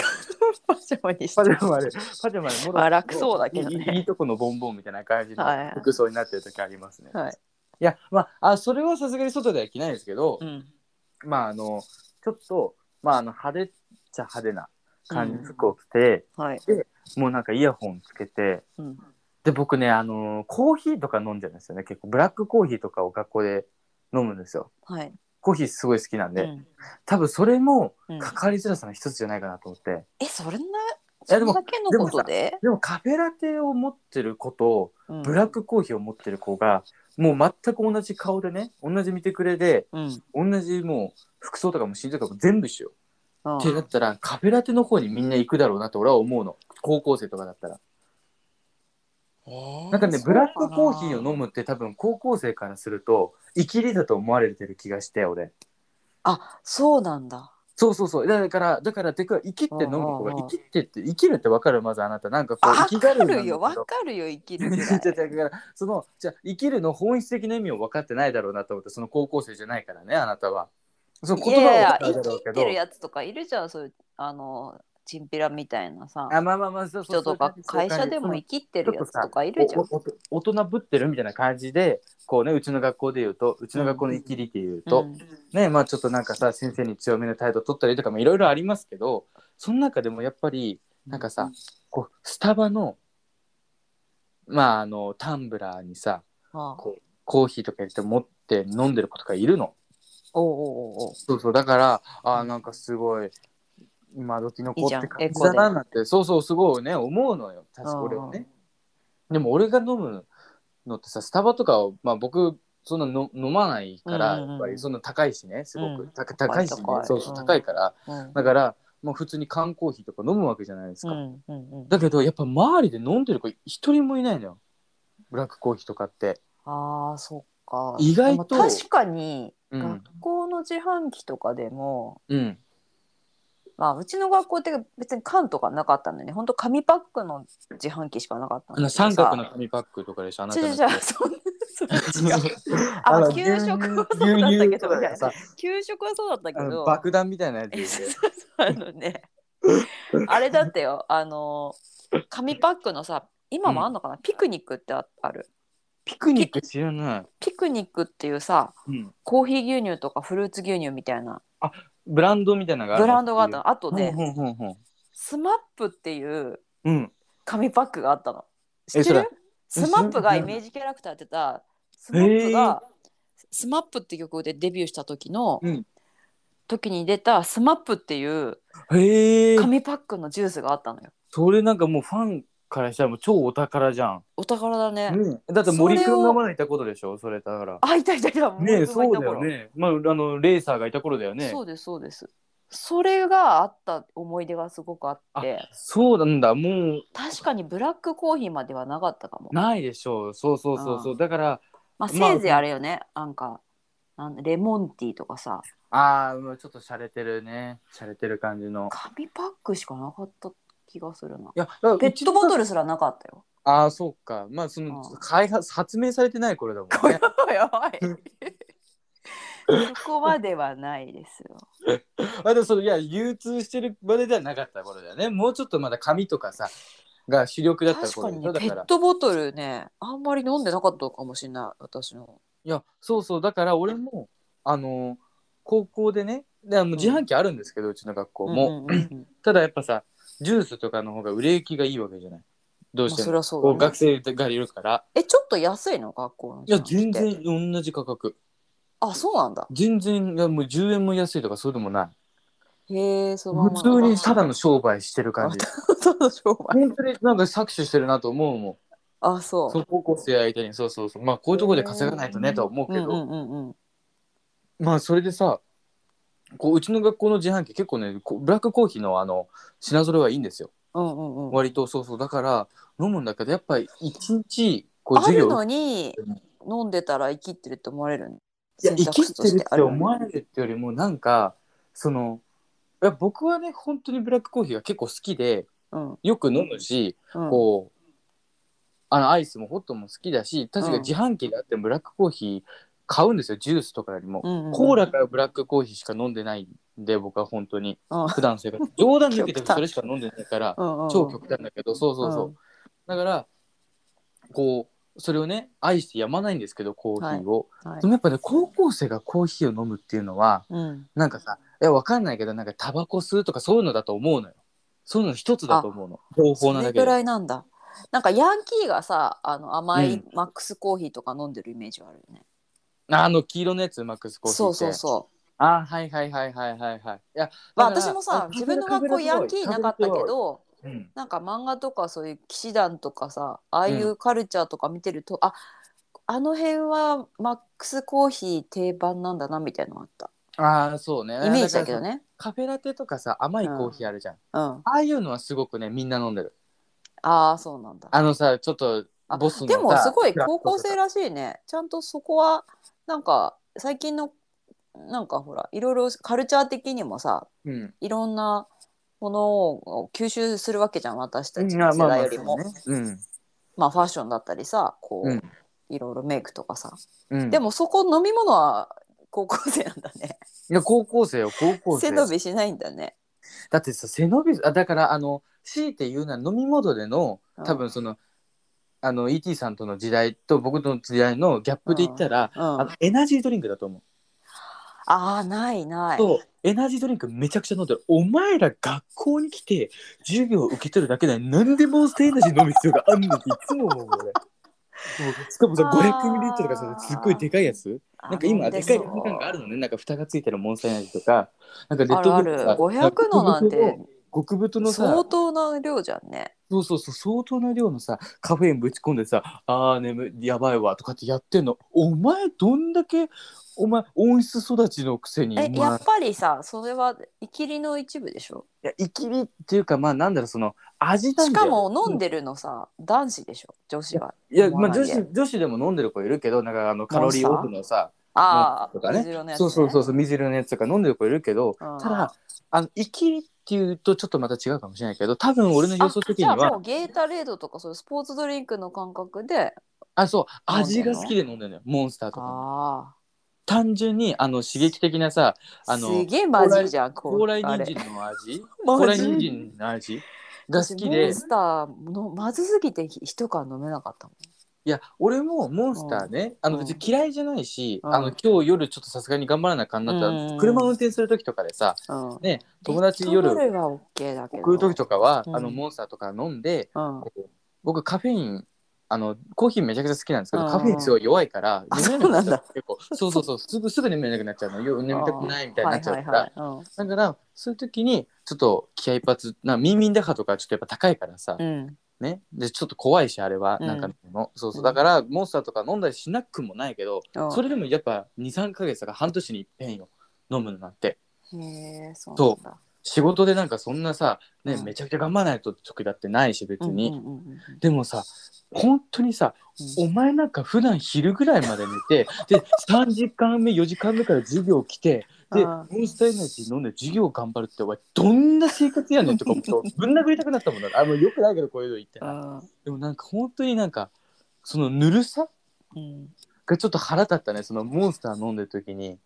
パジャマにしパジてャマあれパジャマでモロッコのまあ楽そうだけどねいいいいとこのボンボンみたいな感じのはい服装になってる時ありますね、はい、いやまああそれはさすがに外では着ないですけどう、ん、まああのちょっとまああの派手っちゃ派手な感じの服を着て、はい、もうなんかイヤホンつけてうん、で僕ねあのコーヒーとか飲んじゃうんですよね結構ブラックコーヒーとかを学校で飲むんですよはい、コーヒーすごい好きなんで、うん多分それもうん関わりづらさの一つじゃないかなと思って、えそれなそやでれもだけのことででもカフェラテを持ってる子とうんブラックコーヒーを持ってる子がもう全く同じ顔でね同じ見てくれでうん同じもう服装とかも身長とかも全部一緒よ、うんってなったらカフェラテの方にみんな行くだろうなと俺は思うの高校生とかだったらなんかねブラックコーヒーを飲むって多分高校生からするとイキリだと思われてる気がして俺あそうなんだそうそうそうだからだからてか生きって飲む子がうんうんうん生きってって生きるってわかるまずあなたなんかこうわ生きがかるんだるよわけどかるよ生 きるぐらだいからそのじゃあ生きるの本質的な意味を分かってないだろうなと思ってその高校生じゃないからねあなたは。そのい言葉やいはや分か生るだろうきけてどるやつとかいるじゃんそういうあのチンピラみたいなさあまあまあまあそうそう人とか会社でも生きてるやつとかいるじゃん。おおお大人ぶってるみたいな感じでこうねうちの学校で言うとうちの学校の生きりっていうと、うんねまあちょっとなんかさ先生に強めの態度取ったりとかもいろいろありますけどその中でもやっぱりなんかさ、こうスタバのまああのタンブラーにさああこうコーヒーとか入れて持って飲んでる子とかいるの。おうおうおうおうそうそうだからあーなんかすごい今時の子って感いいじゃんエじコでだななんてそうそうすごいね思うのよ確か俺はね。でも俺が飲むのってさスタバとかを、まあ、僕そんなの飲まないから、うんうんうんやっぱりそんな高いしねすごく、うんた高いしね高いそうそううん高いから、うんだから、まあ、普通に缶コーヒーとか飲むわけじゃないですうか、んうんうんだけどやっぱ周りで飲んでる子一人もいないのよブラックコーヒーとかって。あーそっか意外とでも確かにうん学校の自販機とかでも、うんまあうちの学校って別に缶とかなかったんだよねほんと紙パックの自販機しかなかったんあのだけどさ三角の紙パックとかでしょあなた違う違のう違うそんなそれ違 うあのあ給食はそうだった牛け乳とどかみたいでなさ給食はそうだったけあのど爆弾みたいなやつえでそうそうそうあのねあれだってよあの紙パックのさ今もあんのかな、ピクニックってああるピクニック知らない、ピクニックっていうさうん、コーヒー牛乳とかフルーツ牛乳みたいなブランドみたいなのがあるブランドがあったのあとね、ほんほんほんほんスマップっていううん紙パックがあったの知えってそれるスマップがイメージキャラクターやってたスマップが、スマップって曲でデビューした時の、うん時に出たスマップっていうへえ紙パックのジュースがあったのよそれなんかもうファンからしたらもう超お宝じゃん、お宝だね、だって森そくれんをがまだいた頃でしょそれだからあいたいたいたもうねえ僕がいそうただよ頃ねまああのレーサーがいた頃だよねそうですそうですそれがあった思い出がすごくあってそうなんだもう確かにブラックコーヒーまではなかったかも、ないでしょうそうそうそうそうだからまあ、まあせいぜいあれよね、なんかなんレモンティーとかさああちょっと洒落てるね洒落てる感じの紙パックしかなかった気がするないやだからペットボトルルすらなかったよああそうかまあそのうん開発発明されてない頃だもこんれねは やばい そこまではないですよ あでもそのいや流通してるまでではなかった頃だよねもうちょっとまだ紙とかさが主力だった確か頃にでしねょだペからットボトルねあんまり飲んでなかったかもしれない私のいやそうそうだから俺もあの高校でねであのん自販機あるんですけど、うちの学校も、うんうんうんうんただやっぱさジュースとかの方が売れ行きがいいわけじゃないどうましあてそも、りゃそこううだ、ね学、生がいるからえちょっと安いの学校のいや自販機全って然同じ価格あそうなんだ全然いやもう10円も安いとかそうでもないへえその普まま通にた だの商売してる感じただの商売本当になんか搾取してるなと思うもんあそうそう高校生相手にそうそうそうまあこういうところで稼がないとねとは思うけど、うんうんうんうんまあそれでさこううちの学校の自販機結構ねこうブラックコーヒーのあの品揃えはいいんですようんうんうん割とそうそうだから飲むんだけどやっぱり一日こうあ授る業のにうん飲んでたら生きってるって思われるのいや選生択き肢とてしるてって思われるってよりもなんかそのいや僕はね本当にブラックコーヒーが結構好きでうんうんよく飲むし、うんこうあのアイスもホットも好きだし確か自販機があってもブラックコーヒー買うんですよジュースとかよりも、うんうんコーラからブラックコーヒーしか飲んでないんで僕は本当にうん普段の生活冗談抜けて極も端それしか飲んでないからうんうん超極端だけどそうそうそう、うんだからこうそれをね愛してやまないんですけどコーヒーを、はいでもやっぱね高校生がコーヒーを飲むっていうのはうんなんかさいやわかんないけどなんかタバコ吸うとかそういうのだと思うのよそういうの一つだと思うの方法そなれだけでぐらいなんだなんかヤンキーがさあの甘ういんマックスコーヒーとか飲んでるイメージはあるよね、あの黄色のやつマックスコーヒーってそうそうそうあはいはいはいはいはいはいいや、まあだから私もさ自分の学校ヤンキーいなかったけ、どあうんなんか漫画とかそういう騎士団とかさああいうカルチャーとか見てると、ああの辺はマックスコーヒー定番なんだなみたいなのあったあーそうねイメージだけどねねカフェラテとかさ甘いコーヒーあるじゃん、うんあああいうのはすごくねみんな飲んでるあーそうなんだあのさちょっとあボスのさでもすごい高校生らしいねちゃんとそこはなんか最近のなんかほらいろいろカルチャー的にもさうんいろんなものを吸収するわけじゃん私たちまあの世まあまあ代よりも、まあそうねファッションだったりさこう、うんいろいろメイクとかさ、うんうんでもそこ飲み物は高校生なんだねいや高校生よ高校背生伸びしないんだねだってさ背伸びあだからあの強いて言うなら飲み物での多分その、あの ET さんとの時代と僕との時代のギャップで言ったら、うんあのエナジードリンクだと思う、ああないないそうエナジードリンクめちゃくちゃ飲んでるお前ら学校に来て授業を受け取るだけで何でモンスターエナジー飲む必要があんのっていつも思う俺も うしかもさ500ミリリットルとかさすっごいでかいやつあなんか今飲ででかそういみかんがあるのねなんか蓋がついてるモンスターエナジーとかなんかレあッるドあブルるとか500のなんて極太のさ相当な量じゃんねそうそうそう相当な量のさカフェインぶち込んでさ「あー眠いやばいわ」とかってやってんのお前どんだけお前温室育ちのくせにえお前やっぱりさそれは生きりの一部でしょいや生きりっていうかまあなんだろうその味なんしだよかも飲んでるのさ、男子でしょ女子はいや、飲ままあ、ない女で子女子でも飲んでる子いるけどなんかあのカロリーオフのさああとかね水色のやつ、そね、うそうそうそう水色のやつとか飲んでる子いるけど、うんただあの生きりっていうとちょっとまた違うかもしれないけど多分俺の予想的にあじゃあもはうゲータレードとかそういうスポーツドリンクの感覚であそう飲んで味んのが好きで飲んでるのよモンスターとかあ単純にあの刺激的なさああのすげえマジじゃん高麗あれ人参の味マジ高麗人参の味が好きモでンスターのまずすぎて一缶飲めなかったもんいや俺もモンスターね、あのうん別に嫌いじゃないし、うんあの今日夜ちょっとさすがに頑張らなあかんなったら、うん車運転する時とかでさうん、ね友達夜レッドブルは OK だけど食う時とかは、うんあのモンスターとか飲んでうん、僕カフェインあのコーヒーめちゃくちゃ好きなんですけど、うんカフェインすごい弱いからあ眠れくなっちゃそうなんだ結構そうそうそうすぐすぐ眠れなくなっちゃうのよ眠たくないみたいになっちゃうから、はいはいはいだからそういう時にちょっと気合い一発なミンミンダハとかちょっとやっぱ高いからさ、うんうんねでちょっと怖いしあれはうんなんかの、そうそううんだからモンスターとか飲んだりしなくもないけど、うんそれでもやっぱ23か月とか半年にいっぺんよ飲むのなんてへえそうそなんだ仕事でなんかそんなさ、ねうんめちゃくちゃ頑張らないと時だってないし別に、うんうんうんうんでもさ本当にさ、うんお前なんか普段昼ぐらいまで寝てで3時間目4時間目から授業来てであモンスターエナジー飲んで授業頑張るってお前どんな生活やねんとかもうぶん殴りたくなったもんなあもうよくないけどこういうの言ってうんでもなんか本当になんかそのぬるさうんがちょっと腹立ったねそのモンスター飲んでる時に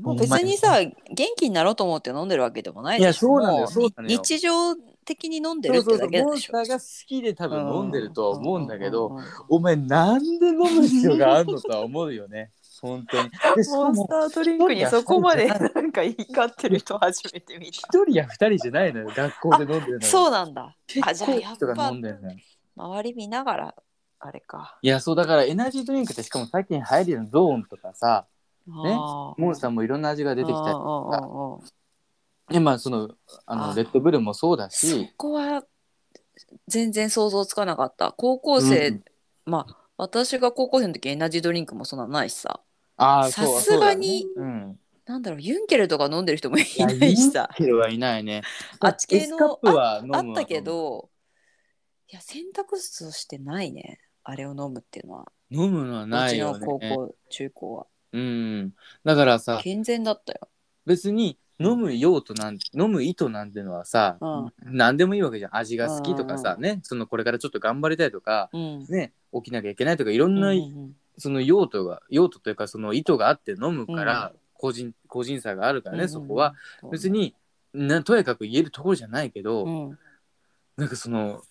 もう別にさ元気になろうと思って飲んでるわけでもないでしょいやそうなのよもそうなのよ日常的に飲んでるそうっそうそてだうけモでンしスょターが好きで多分飲んでるとは思うんだけうどんうんうんうんお前なんで飲む必要があるのとは思うよ ね本当にでしモかンスもタードリンクにそこまでなんか怒ってる人初めて見た一人や二人じゃないのよ学校で飲んでるのよそうなんだ結あじゃあ構やっ人がぱ飲んでるのよ周り見ながらあれかいやそうだからエナジードリンクってしかも最近流行りのゾーンとかさあーモンスターもいろんな味が出てきたりうんうんうんうんでまあそのあのあレッドブルもそうだそしこは全然想像つかなかった高校生、うんまあ私が高校生の時エナジードリンクもそんなのないしさあーさそうすがにそうだねうんなんだろうユンケルとか飲んでる人もい いやないしさユンケルはいないね。あっち系 S のカップは飲むあわったけ。どいや選択肢としてないねあれを飲むっていうのは飲むのはうなちいよ、のね。高校中高はうん。だからさ、健全だったよ別に飲む用途なん、飲む意図なんてのはさ、うん何でもいいわけじゃん。味が好きとかさ、ね、そのこれからちょっと頑張りたいとか、うんね、起きなきゃいけないとか、いろんな、うんうんその用途が、用途というか、その意図があって飲むから、個人、個人差があるからね、そこは。うん別に、なとやかく言えるところじゃないけど、うんなんかその、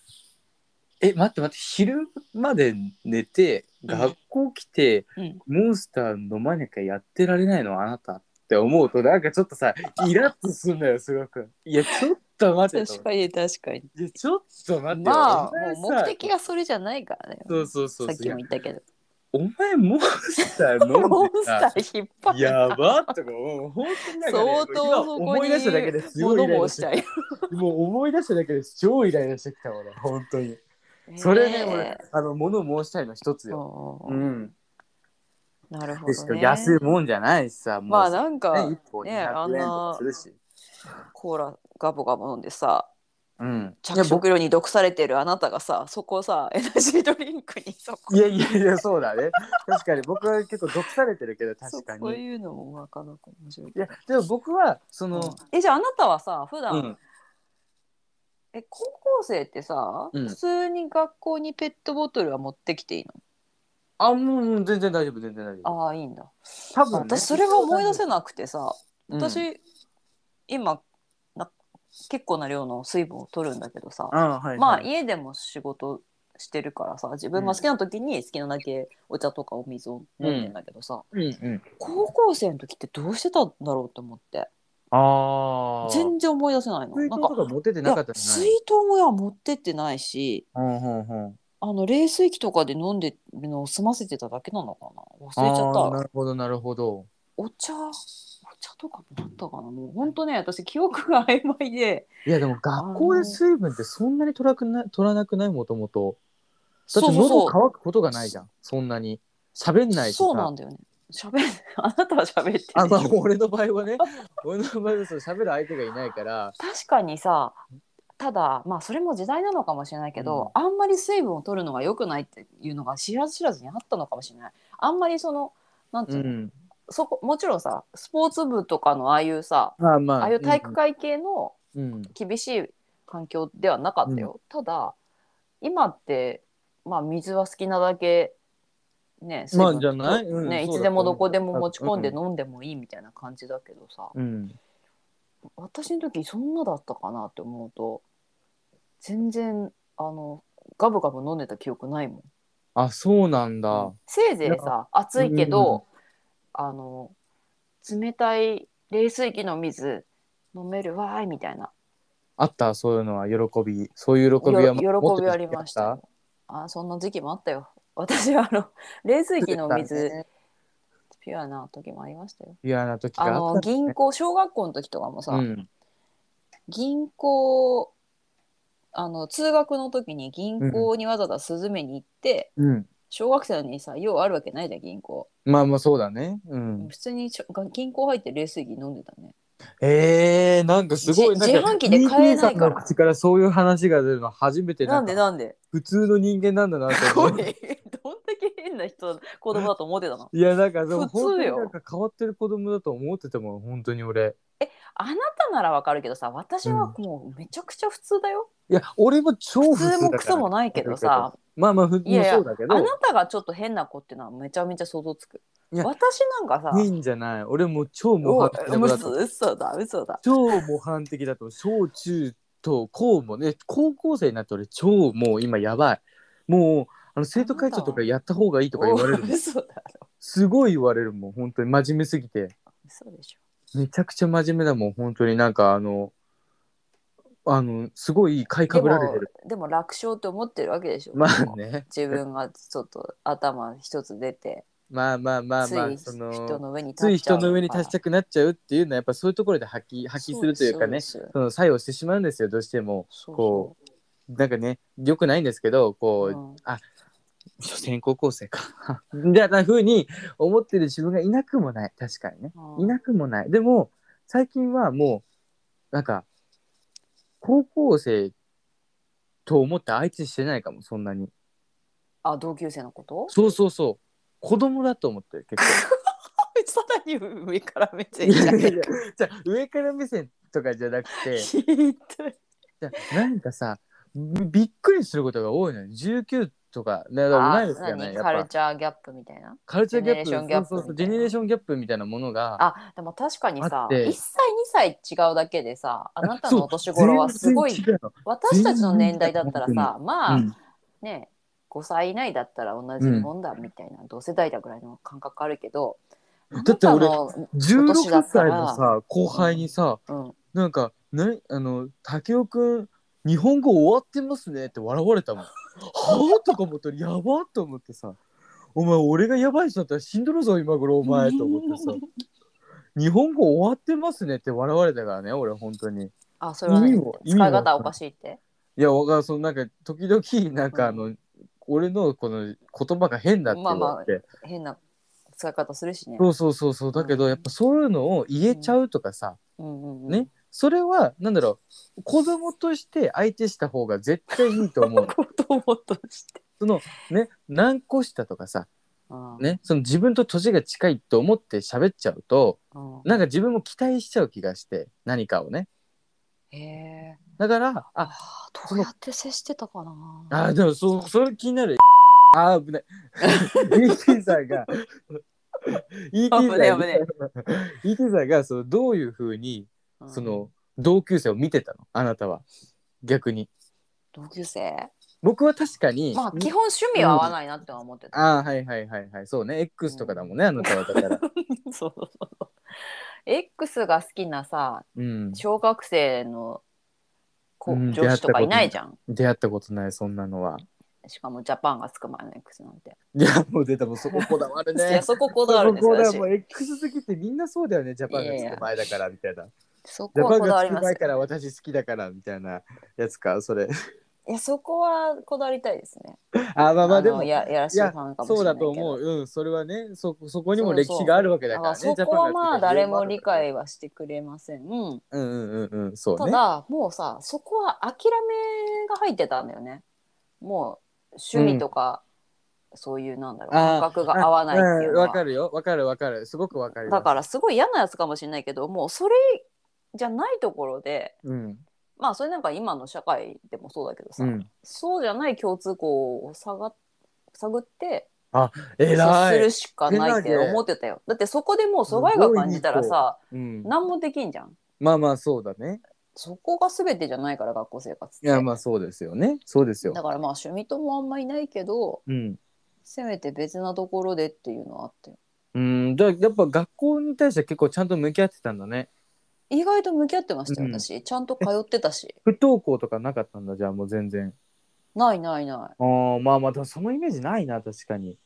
え、待って待って、昼まで寝て、ん学校来て、うんモンスター飲まなきゃやってられないの、あなたって思うと、なんかちょっとさ、イラッとすんだよ、すごく。いや、ちょっと待てと。確かに確かにいや、ちょっと待ってよまあお前さもう目的がそれじゃないからねそうそうそうさそっう。きもいや言ったけどお前、モンスター飲んでた モンスター引っ張るやばっとか、もう本当になんか、ね、相当今そこに思い出しただけですごいイライ物ラし申してちゃうよきた。もう思い出しただけです、超イライラしてきた、俺、本当に。それね、えー俺、あの、物申したいの一つよ。おーうん。なるほでしど、かね。安いもんじゃないしさ、もうまあなんか、ね、一本ねあん200な円とかするし。コーラガボガボ飲んでさうん、いや着僕色料に毒されてるあなたがさそこをさエナジードリンクにそこいやいやいやそうだね確かに僕は結構毒されてるけど確かそうにいうのもなかなか面白いいやでも僕はその、えじゃああなたはさ普う段、んえ高校生ってさ、うん普通に学校にペットボトルは持ってきていいのあもうもう全然大丈夫全然大丈夫ああいいんだ、多分、ね、私それが思い出せなくてさうん私、今な結構な量の水分を取るんだけどさ、あはい、はい、まあ家でも仕事してるからさ自分が好きな時に好きなだけお茶とかお水を飲んでんだけどさ、うんうん高校生の時ってどうしてたんだろうと思ってああ全然思い出せないの。水な筒んとか持っててなかったいや水筒もいや持ってってないしうんうんうんあの冷水器とかで飲んでるのを済ませてただけなのかな忘れちゃっあーなたるほどなるほどお茶お茶とかもあったかなもうほんとね私記憶が曖昧でいやでも学校で水分ってそんなに取らくな取らなくないもともとだっそてうそう喉そう乾くことがないじゃんそんなに喋んないしさそうなんだよね喋ん あなたは喋ってるあまあ俺の場合はね俺の場合はそう喋る相手がいないから確かにさただまあそれも時代なのかもしれないけど、あんまり水分を取るのが良くないっていうのが知らず知らずにあったのかもしれないあんまりそのなんていううの、んそこもちろんさスポーツ部とかのああいうさまあまあああいう体育会系のうん厳しい環境ではなかったよ、ただ今ってまあ水は好きなだけね水まあ分じゃないうんねいそうだつでもどこでもうん持ち込んでうん飲んでもいいみたいな感じだけどさ、うん私の時そんなだったかなって思うと全然あのガブガブ飲んでた記憶ないもん。あそうなんだせいぜいさ暑いけど、あの冷たい冷水器の水飲めるわーいみたいなあったそういうのは喜びそういう喜びよは喜持ってびありましたよあそんな時期もあったよ私は あの冷水器の水、ピュアな時もありましたよ嫌な時がああのった銀行小学校の時とかもさ、うん銀行あの通学の時に銀行にわざわざ涼めに行って、うん小学生にさ用あるわけないじゃん銀行まあまあそうだねうん普通にちょが銀行入って冷水器飲んでたねえー、なんかすごいじなんか自販機で買えない DT さんからの口からそういう話が出るの初めてななんんでかなんで普通の人間なんだなとすご思いうどんだけ変な人子供だと思ってたのいやなんかでも普本通当よになんか変わってる子供だと思ってたもん本当に俺あなたならわかるけどさ私はもうめちゃくちゃ普通だよ、いや俺も超普普通通もだクからソもないけどさまあまあ普通いやいやそうだけあどなたがちょっと変な子っていうのはめちゃめちゃ想像つくいや私なんかさいいんじゃない俺もう超模お範的な子だ嘘と嘘だ嘘だ超模範的だと小中と高もね高校生になって俺超もう今やばいもうあの生徒会長とかやった方がいいとか言われるもん嘘だろすごい言われるもん本当に真面目すぎて嘘でしょめちゃくちゃ真面目だもん本当になんかあのあのすごい買いかでぶられもてるでも楽勝って思ってるわけでしょまあね自分がちょっと頭一つ出てまあまあまあつまあいそ人のの上に立ついっちゃ人うの上に立ちたくなっちゃうっていうのはやっぱそういうところで発揮発揮するというかねそうですその作用してしまうんですよどうしてもそうこそうなんかね良くないんですけどこう、うん所詮高校生か。 みたいな風に思ってる自分がいなくもない。確かにね。うんいなくもない。でも、最近はもう、なんか、高校生と思って相手してないかも、そんなに。あ同級生のことそうそうそう。子供だと思ってる、結構。さらに上から目 線いやじゃんいやいやじゃあ上から目線とかじゃなくて、ひどいじゃあなんかさ、びっくりすることが多いのよ。19とか、だからあ同い年じゃない。何やっカルぱチャーギャップみたいなカルチャーギャップ、ジェネレーションギャップそうそうそうジェネレーションギャップみたいなものが、あでも確かにあさって1歳2歳違うだけでさあなたのお年頃はすごい全然違うの私たちの年代だったら全然違さまあ、うんね5歳以内だったら同じもんだみたいな、同世代だぐらいの感覚あるけどだあなってた俺の、年16だった歳らのさ後輩にさ、うん、なんか「ね、あの竹雄くん日本語終わってますね」って笑われたもん。はあとか思ったらやばっと思ってさ「お前俺がやばい人だったら死んどるぞ今頃お前」と思ってさ「日本語終わってますね」って笑われたからね俺本当に。いあそれは、ね意味も、意使味もい方おかしいってやわがそのなんか時々なんかあの、俺のこの言葉が変だって言われて、変な使い方するしね。そうそうそうそうだけど、やっぱそういうのを言えちゃうとかさ、うんうんうんねそれはなんだろう子供として相手した方が絶対いいと思うの子供として。そのね何個下とかさ、うんね、その自分と年が近いと思って喋っちゃうとうんなんか自分も期待しちゃう気がして何かをねへえ。だからああそどうのやって接してたかな。あでもそそれ気になる あー危ない ET さん が ET さん危ないが危ない ET さんがそのどういうふうにうんその同級生を見てたのあなたは逆に同級生。僕は確かに、まあ基本趣味は合わないなっては思ってた。ああはいはいはいはいそうね X とかだもんね、あなたはだ から、そうそうそう。X が好きなさうん、小学生の子うん女子とかいないじゃん。出会ったことないそんなのはしかもジャパンがつく前の X なんて。いやもう出たもうそここだわる いやねそここそだわるんですよこだ私もう X 好きってみんなそうだよねジャパンがつく前だからみたい なそジこャパはンこだわがつりくます前かよ。ら私好きだからみたいなやつかそれいやそこはこだわりたいですね。あまあまあでものややらしいファンかもしれないけど。そうだと思ううんそれはねそそこにも歴史があるわけだだかかららねそジャこパはンがまあつく前誰も理だから解はしてくれません。うんうんうんうんうんそうたねだもうさそこは諦めが入ってたんだよね。もう趣味とか、そういうなんだろうあー感覚が合わないっていううんのわかは。るよわかるわかるすごくわかるだからすごい嫌なやつかもしれないけどもうそれじゃないところでうんまあそれなんか今の社会でもそうだけどさ、うんそうじゃない共通項を探探ってえ接らすいるしかないって思ってたよ。だってそこでもう疎外が感じたらさうん何もできんじゃん。まあまあそうだね。そこが全てじゃないから学校生活っいて。やまあそうですよね。そうですよだ。からまあ趣味ともあんまいないけどうん。せめて別なところでっていうのはあってうん。だやっぱ学校に対して結構ちゃんと向き合ってたんだね。意外と向き合ってましたようん私、ちゃんと通ってたし不登校とかなかったんだじゃあもう全然。ないないないああまあまあでもそのイメージないな確かに。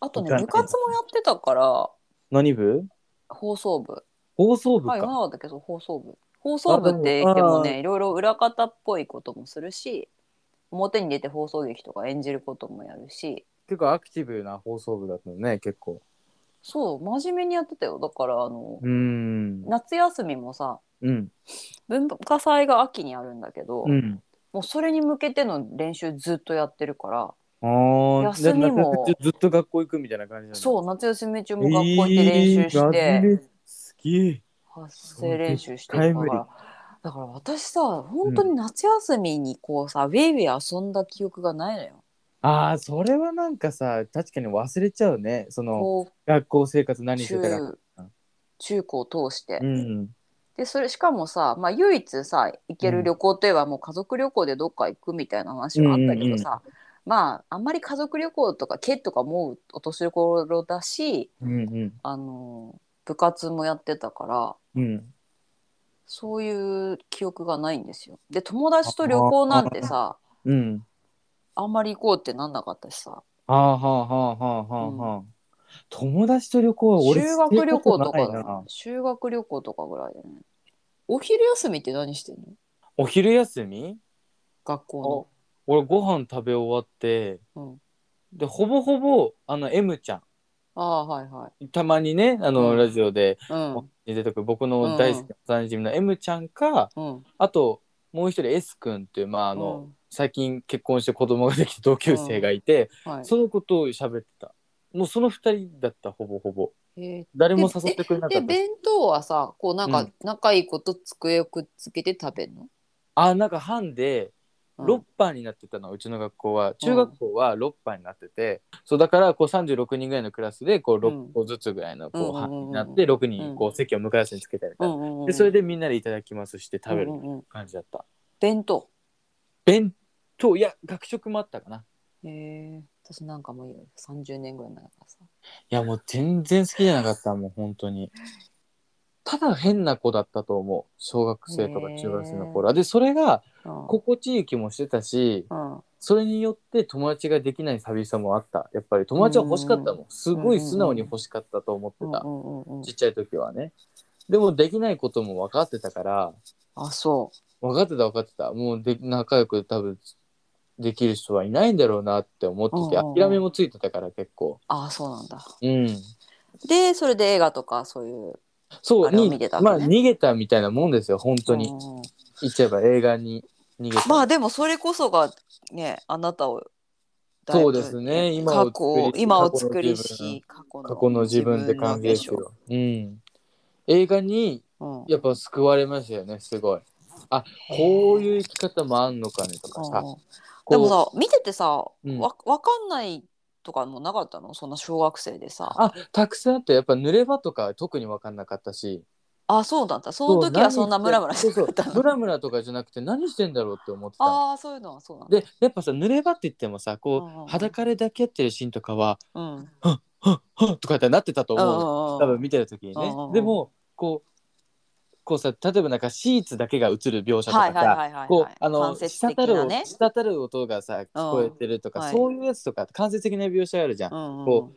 あとねわかんない部活もやってたから何部？放送部放送部か。はい今はだけど放送部放送部って言ってもねいろいろ裏方っぽいこともするし表に出て放送劇とか演じることもやるし結構アクティブな放送部だったのね結構。そう真面目にやってたよだからあの、うん。夏休みもさうん。文化祭が秋にあるんだけど、うん。もうそれに向けての練習ずっとやってるからああ。休みもじゃあずっと学校行くみたいな感じなんだ。そうう。夏休み中も学校行って練習して、好き。発声練習してるそうでっかい無理からだから私さ本当に夏休みにこうさ、ウェイウェイ遊んだ記憶がないのよ。ああそれはなんかさ確かに忘れちゃうねその。高学校生活何してたら。中中高通して、うん。でそれしかもさ、まあ、唯一さ行ける旅行といえばもう家族旅行でどっか行くみたいな話はあったけどさ、まああんまり家族旅行とかけとか思うお年頃だしうんうん。あの部活もやってたからうん。そういう記憶がないんですよ。で友達と旅行なんてさうん。あんまり行こうってなんなかったしさはあはあはあはあはあはあ。友達と旅行は俺修学旅行としてるかこだないなな。修学旅行とかぐらいでねお昼休みって何してんのお昼休み学校俺ご飯食べ終わって、うんでほぼほぼあの M ちゃのああはいはんたまにねあの、うんラジオでい出てくる僕の大好きなおなじみの M ちゃんかうんうんあともう一人 S 君っていう、まあああの最近結婚して子供ができた同級生がいて、はいそのことを喋ってたもうその二人だったほぼほぼ。え誰も誘ってくれなーかでったし弁当はさこうなんうかん仲いい子と机をくっつけて食べるのあなんか班でうん6班になってたの、うちの学校は中学校は6班になってて、そうだからこう36人ぐらいのクラスでこううん6個ずつぐらいのこううんうんう班んうんになって6人こう席を向かい合わせにつけたりみたいな、うんうんでそれででみんなでいただきますして食べるる感じだった、弁当弁当いや学食もあったかないへえ私なんかもう30年ぐらい前だからさやもう全然好きじゃなかったもう本当にただ変な子だったと思う小学生とか中学生の頃は、でそれがうん心地いい気もしてたし、うんそれによって友達ができない寂しさもあったやっぱり友達は欲しかったもんすごい素直に欲しかったと思ってうんたうんうんうんちっちゃい時はねでもできないことも分かってたからあそう分かってた分かってたもうで仲良く多分できる人はいないんだろうなって思ってうんうんうんて諦めもついてたから結構あそうなんだうんでそれで映画とかそういうそうあれをに見てたまわあけね逃げたみたいなもんですよ本当に、うん言っちゃえば映画に逃げた、まあでもそれこそがねあなたをだいぶそうですね今を過去を作り今を作りし過去過去の自分で感じです自分のよ、うん、映画にうんやっぱ救われましたよねすごいあこういう生き方もあんのかねとかさ、うんこうでもさ見ててさ、うんわわかんないとかもなかったのそんな小学生でさあたくさんあってやっぱ濡れ場とか特に分かんなかったしあそうだったその時はそんなムラムラしてそうたそうのムラムラとかじゃなくて何してんだろうって思ってたああそういうのはそうなんだでやっぱさ濡れ場って言ってもさうんうんうこんう裸で抱き合ってるシーンとかはうんうん「はっはっ」とかってなってたとうん思う多うん分見てる時にねうんうんでもこうこうさ例えばなんかシーツだけが映る描写とはいかはいさはいはいはいこうあ間の接滴的なるね滴る音がさ聞こえてるとうんかはいそういうやつとか間接的な描写あるじゃんうんうんこ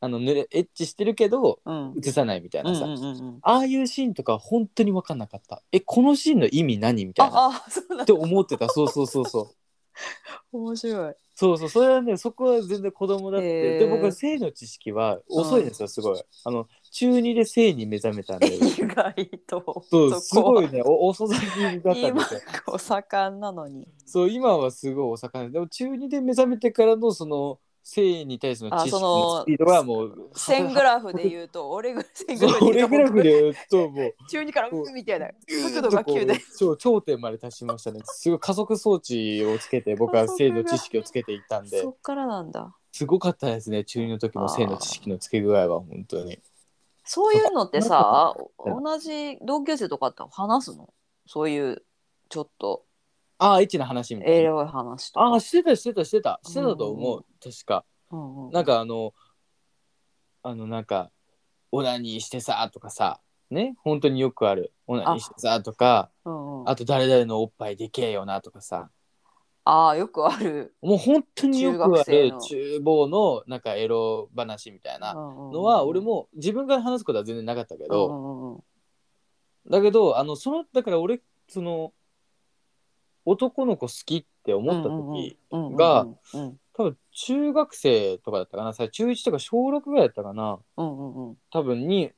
あの濡れエッチしてるけどうんうん映さないみたいなさうんうんうんああいうシーンとか本当に分かんなかった。え、このシーンの意味何みたいな。っああそうな んてだ思ってた。そうそうそう そう。面白いそうそう、それはね、そこは全然子供だって。へーで、僕は性の知識は遅いんですよ、すごい。あの、中二で性に目覚めたん で。意外とそう、すそこごはいね、お遅咲きだったん今ですよ。お盛んなのにそう、今はすごいお魚で。でも、中二で目覚めてからの、その、性に対しての知識あそののスピードはもう、線グラフで言うと俺ぐらい線 グそうラフで俺言うグラフでと言うと、もう、中二からこううんみたいな角ちょ度っとがこ急でうそう頂点まで達しましたね。すごい加速装置をつけ て僕は性の知識をつけていったんでそ、っからなんだすごかったですね。中二の時の性の知識のつけ具合は本当に。そういうのってさ、う同じ同級生とかって話すのそういう、ちょっと、ああ、エッチな話みたエいな。ロい話とか。ああ、してたしてたしてたしてたと思う。確か。うんうんなんかあの、あのなんか、オナニーしてさとかさ、ね、本当によくある。オナニーしてさとか、うんうんあと誰々のおっぱいでけえよなとかさ。ああ、よくある。もう本当によくあ中学生るの厨房のなんかエロ話みたいな。のは俺も自分から話すことは全然なかったけうんうど、んうん、だけどあのそのだから俺その男の子好きって思った時、がうんうん多分中学生とかだったかなさ中1とか小6ぐらいだったかなうんうんうんうん多分に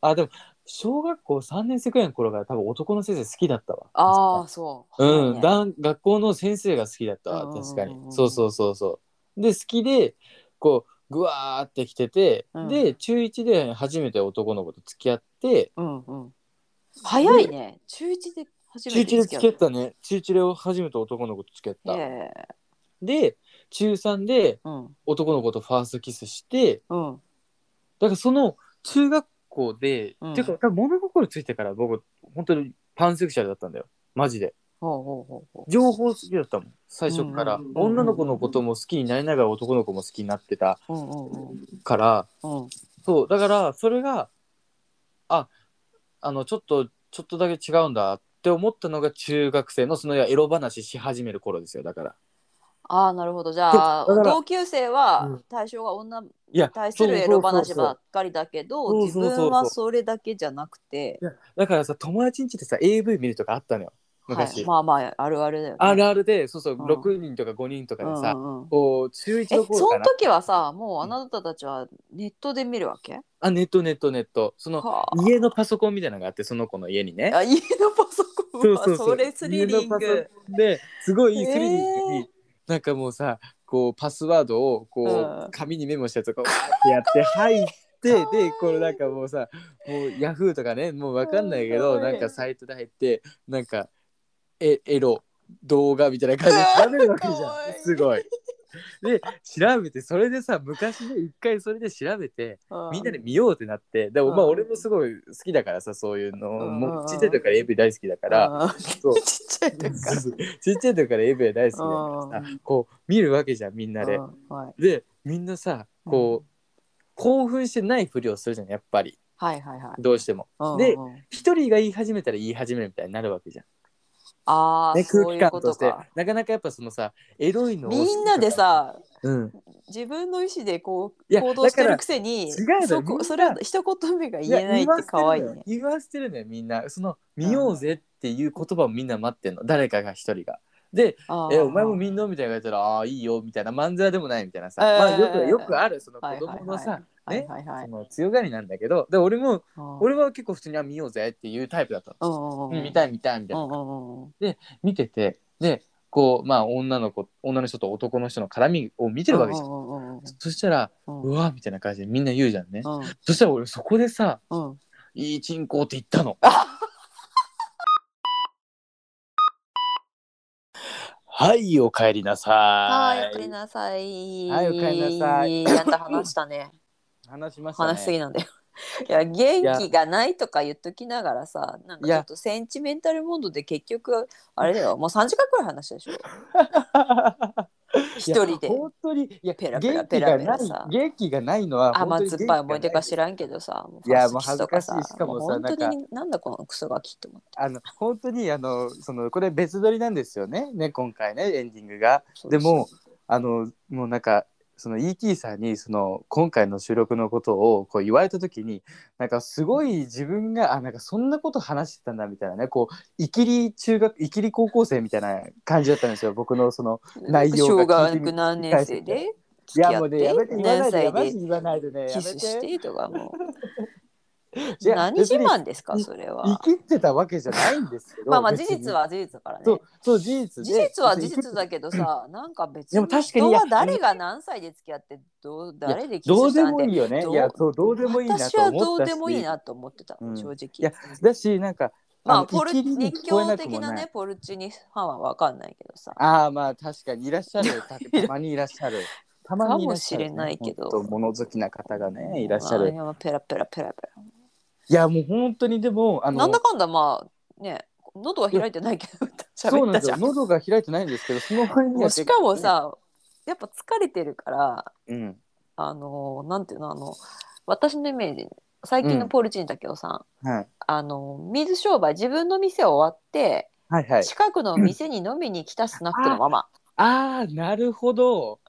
あでも小学校3年生ぐらいの頃から多分男の先生好きだったわああ、そう。うん、だだん学校の先生が好きだったうんうわんうんうん確かに、そうそうそうそうで好きでこうぐわーってきてて、うんで中1で初めて男の子と付き合って、うんうん。早いね。中一で初中め1てで付付きき合合っ。ったたね中1で初めて男の子と付き合った、ええで中3でうん男の子とファーストキスしてうん。だからその中学校で、うんていうか多分物心ついてから僕本当にパンセクシャルだったんだよマジでほうほうほうほう。情報好きだったもん最初から、うんうんうん女の子のことも好きになりながら男の子も好きになってたうんうんうんからうん。そうだからそれがああのちょっとちょっとだけ違うんだって思ったのが中学生のそのいやエロ話し始める頃ですよだから。ああ、なるほど。じゃあ、そうだから同級生うはん対象が女いや対するエロ話ばそうそうそうっかりだけどそう自そうそうそう分はそれだけじゃなくて、そうだからさ友達ん家でさ AV 見るとかあったのよ昔、はい、まあまああるあるだよね。あるあるでそうそう、うん6人とか5人とかうんうでんさ、うんこう中え1そのの頃かな時はさもうあなたたちはネットで見るわけ、あネットネットネットそのは家のパソコンみたいなのがあってその子の家にねああ家のパソコンはそれスリリ家のンパグ。ソコンですごいスリリングに、えーなんかもうさこうパスワードをこう、うん紙にメモしたやつをこうわーってやって入ってかわいでいこれなんかもうさもうヤフーとかねもうわかんないけうどんなんかサイトで入ってなんかえエロ動画みたいな感じで調べるわけじかわゃいいんすごい。で調べてそれでさ昔ね一回それで調べてうみんなで見ようってなってでもまあうん俺もすごい好きだからさそういうのうんもうちっちゃい時から AV 大好きだからうん そうちっちゃい時かそうそうちっちゃい時からエブエ大好きだからさこう見るわけじゃんみんなら。でう。んはいでみんなさこう、興奮してないふりをするじゃんやっぱりはいはいはいどうしても。うんうんうん。で一人が言い始めたら言い始めるみたいになるわけじゃん。ああ、ね、そ空う気いう感ことしてか。なかなかやっぱそのさエロいのを好きみとんかなで、さうん、自分の意思でこいうや行動してだかるらくせに違うのよそみんこなそれは一言目が言えないって可愛いね。言わせてるのよ言わせてるのよみんなその「見ようぜ」っていう言葉をみんな待ってんの誰かが一人が。であ「ーえお前もみんな」みたいな言ったら「ああーいいよ」みたいなまんざらでもないみたいなさ、えーまあ、よくよくあるそのはい子はいはい供のさ、ねはいはいはいその強がりなんだけどで俺もうん俺は結構普通に「あ見ようぜ」っていうタイプだったうの、んうんうん見たい見たいみたいな、うんうんうん見ててでこうまあ女の子女の人と男の人の絡みを見てるわけじゃん、うんうんうんそしたら「うんうわ」みたいな感じでみんな言うじゃんね、うんそしたら俺そこでさうん「いいチンコ」って言った のはいお帰りなさはい、おいかえりなさい。はいおかえりなさいやんだ話し たね。話しましたね話しす ぎなんだよ。 いや元気がないとか言っときながらさなんかちょっとセンチメンタルモードで結局あれだよもう3時間くらい話したでしょ一人でいや本当にいやペラペラペラペラさ元気がない元気がないのは本甘当に酸っぱい思い出か知らんけどさもうファーストキスといやさもう恥ずかしいしかもさもう本当なんになんだこのクソガキって思ってあの本当にあのそのこれ別撮りなんですよねね今回ねエンディングがでもあのもうなんかその ET さんにその今回の収録のことをこう言われた時になんかすごい自分があなんかそんなこと話してたんだみたいなねこういきり中学いきり高校生みたいな感じだったんですよ僕のその内容小が聞いてみ学何年生いで付きやも合っうねやめてて言わない何でや歳めてで言わないでねやめキスしててとかも いうや何別自に慢ですかそれは生きってたわけじゃないんですけどまあまあ別事に実は事実だからねそうそう事実事で実は事別に生き実だけどさ、なんか別でにも確かに人いやは誰が何歳で付き合ってどう誰でキスどうしでたんもでいいよねどいうやそうどうでもいいな私とは思ったしどうでもいいなと思ってた、うん正直いやだしなんかまあのポルいきりに熱聞こえ狂なく的もないねポルチニファンは分かんないけどさああまあ確かにいらっしゃるたたまにいらっしゃるたまにいらっしゃる、かもしれないけどほんと物好きな方がねいらっしゃるまあペラペラペラペいやもう本当にでもあラのなんだかんだまあね喉は開いてないけどそう喋なんったですじゃよん喉が開いてないんですけどその前にもはうしかも、さやっぱ疲れてるからうん、あのなんていうのあの私のイメージ最近のポルチニタケオさん、はいあの水商売自分の店終わって、はいはい近くの店に飲みに来たスナックのママああなるほど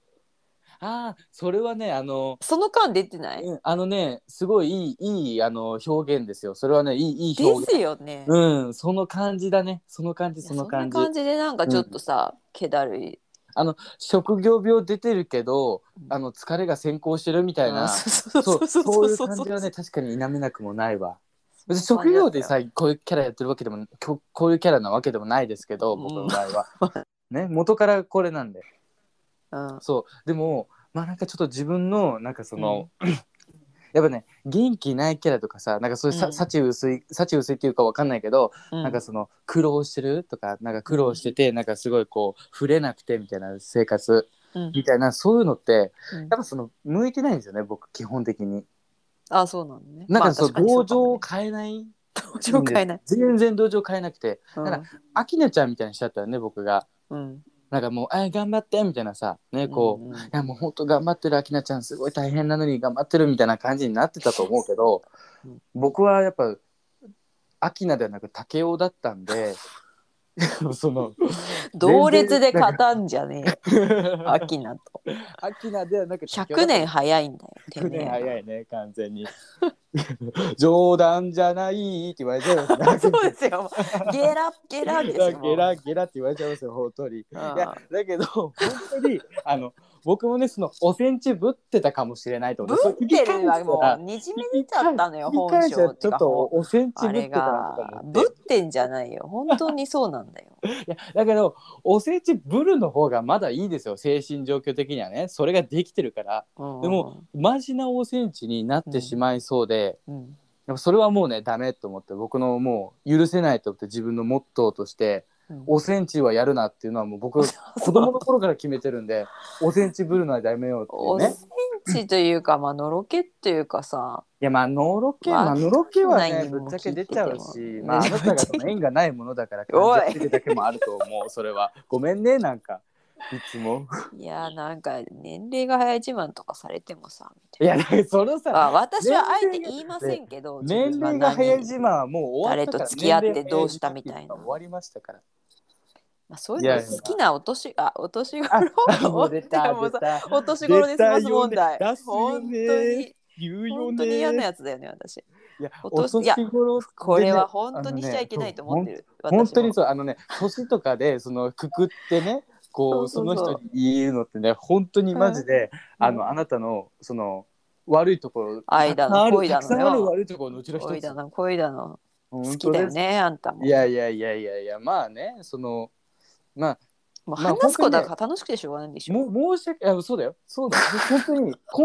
ああそれはねあのその間出てない、うんあのねすごいいいいいあの表現ですよそれはねいいいい表現ですよね、いうん、その感じだね。その感じ、やその感じ。そんな感じでなんかちょっとさ、気だるい職業病出てるけどうん、あの疲れが先行してるみたいうんな。そそ、うそうそうういうそう感じはね、確かに否めなくもないわ。別にそん職な感じだ業ったでよさ、こういうキャラやってるわけでも、こうこういうキャラなわけでもないですけど、うん僕の場合は。 ね、元からこれなんで。うんそう、でも、まあ、なんかちょっと自分の、なんかその。やっぱね元気ないキャラとかさなんかそういうさ、うん幸薄い幸薄いっていうかわかんないけど、うんなんかその苦労してるとかなんか苦労しててなんかすごいこう触れなくてみたいな生活うんみたいなそういうのってうんやっぱその向いてないんですよね僕基本的に。あそうなのねなんまかあそう確に同かも情を変えない。同情変えない、全然同情を変えなくてうんだアキネちゃんみたいにしちゃったよね僕が。うんなんかもう「あ頑張って」みたいなさねこう。うんいやもうほんと頑張ってるアキナちゃんすごい大変なのに頑張ってるみたいな感じになってたと思うけど、うん僕はやっぱアキナではなく竹雄だったんで そ の同列で語んじゃねえよアキナと アキナではなく竹雄だ100年早いんだよて100めえ年は早いね完全に 冗談じゃないって言われちゃいますそねうですよ。ゲラゲラですよ。ゲラゲラって言われちゃいますよ本当にいああやだけど本当にあの僕もねその5センチぶってたかもしれないと思ぶうっそれ聞てるはき返したらもうにじみ出ちゃったのよ聞き返本した性らっちてょかっと5センチあぶってれたなとがか思ぶってってんじゃないよ本当にそうなんだよ。いやだけど5センチぶるの方がまだいいですよ精神状況的にはねそれができてるからでもマジな5センチになってしまいそうで、うん、やっぱそれはもうねダメと思って僕のもう許せないと思って自分のモットーとしてうんおセンチはやるなっていうのはもう 僕子供の頃から決めてるんでおセンチぶるのはダメよおっていうセねンチというかまあのろけっていうかさ、いやまあのろけわまあのろけはないねにぶもっちゃけ出ちゃうし聞いててもまああなたがその縁がないものだから感じてるだけもあると思うそれはごめんねなんかいつもいやなんか年齢が早い自慢とかされてもさ みいたいやな。だからそのさあ私はあえて言いませんけど年齢が早い自慢、慢はもう終わったから誰と付き合ってどうしたみた年齢が早いな自慢は終わりました からまあ、そういうの好きなお年あお年頃もう出たもう出たお年頃で済ます問出。たよね題出すよ本ね当に、言うよね本当に嫌なやつだよね、私。いや、おお年年頃でねこれは本当にしちゃいけないと思ってる。本当私もにそうあのね年とかでそのくくってねこうそそうそうそうの人に言えるのってね本当にマジで、うんあのあなたのその悪いところ間たのくさんある恋だのよたくさんある悪いところのうちの一恋だつの恋だの好好きだよねあんたもい。やいやいやいやいやまあねそのまあもうまあ話すことが楽しくてしょうがないんでしょ。も申し訳あそうだよそうだよ本当に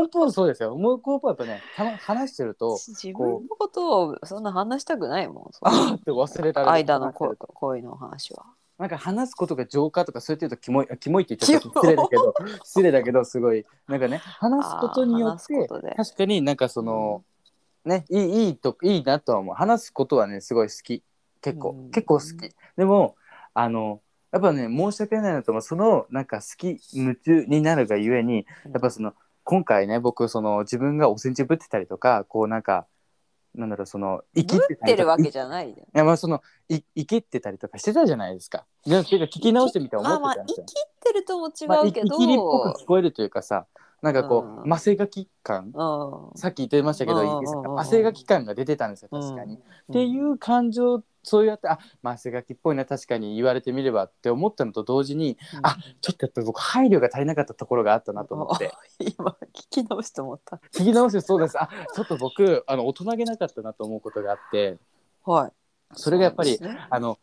根本そうですよもう根本やっぱねた話してると自分のことをそんな話したくないもん。 あーって忘れたら間の恋恋の話は。なんか話すことが浄化とかそうやって言うとキモいあキモいって言っちゃった失礼だけど失礼だけどすごいなんかね話すことによあー話っすてことで確かになんかその、ねいいいいといいなとは思う話すことはねすごい好き結構、うん結構好きでもあのやっぱね申し訳ないなと思うそのなんか好き夢中になるがゆえにやっぱその今回ね僕その自分がおせんちぶってたりとかこうなんかなんだろうその生きぶてったてりとるかわけじゃないよ。いやまあそのい生きってたりとかしてたじゃないですか。なんていうか聞き直してみたらまあ思まっあてたんで生すきよ。てるとも違あ、ういけ生きりっぽどく。聞こえるというかさなんかこう、うん麻生が期間うんさっき言ってましたけど、うんいいですうんうんうんか麻生が期間が出てたんですよ確かに。っていうんう感情そうやってあ麻生がきっぽいな確かに言われてみればって思ったのと同時にあちょっとやっぱ僕配慮が足りなかったところがあったなと 思って今聞き直して思った。聞き直してそうですあちょっと僕あの大人げなかったなと思うことがあってはい。それがやっぱりそうですねあの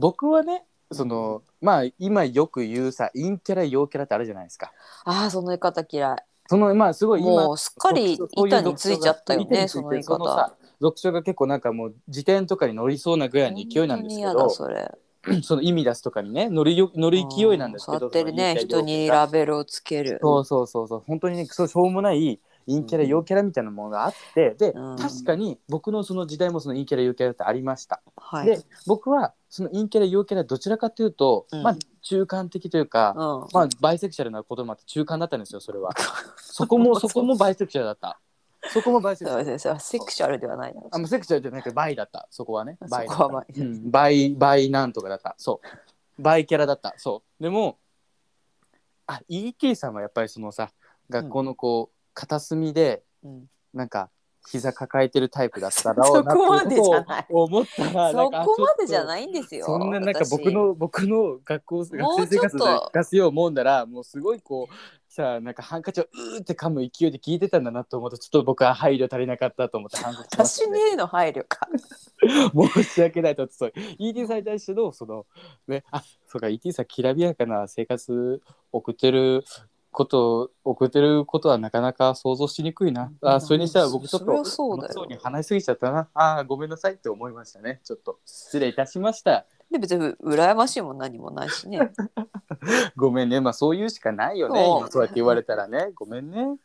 僕はねそのまあ今よく言うさ陰キャラ陽キャラってあるじゃないですかああその言い方嫌い。そのまあすごい今もうすっかり板についちゃったよねその言いその方。さ読書が結構なんかもう辞典とかに乗りそうなぐらいの勢いなんですけ本当に嫌だどそそれ。の意味出すとかにね乗るよ乗る勢いなんですけう触どってるねそ人の陰キャにラ陽キャララベルをつける。そうそうそうそう本当にねそうしょうもない陰キャラ陽キャラみたいなものがあってでうん確かに僕のその時代もその陰キャラ陽キャラってありましたはい。で僕はその陰キャラ陽キャラどちらかというと、うんまあ中間的というか、うん。まあバイセクシャルなこともあって中間だったんですよそれ はそこもそこもバイセクシャルだったそこもバイセクシそャうルですね。セクシャルではないな。あまあセクシャルじゃなくてバイだったそこはねバイだそっこたはまあいいうん、バイバイなんとかだったそうバイキャラだったそうでもあ EK さんはやっぱりそのさ学校のこう、片隅でうんなんか膝抱えてるタイプだったろうそなってこまでじゃことない。を思ったらそこまでじゃいないんですよ。そんななんか僕の僕の学校学もう生ち生ょっと活で出すようもんならもうすごいこうさなんかハンカチをうーって噛む勢いで聞いてたんだなと思うとちょっと僕は配慮足りなかったと思って反省し まし私た、にね、への配慮か。 申し訳ないとそう ET さんに対してのそのねあそうか ET さんきらびやかな生活送ってること送ってることはなかなか想像しにくいなあそれにしたら僕ちょっそりゃとそうだ楽よしそうに話しすぎちゃったなあーごめんなさいって思いましたねちょっと失礼いたしましたで別に羨ましいも何もない しね。ごめんね、まあそういうしかないよね。そう今そうやって言われたらね、ごめんね。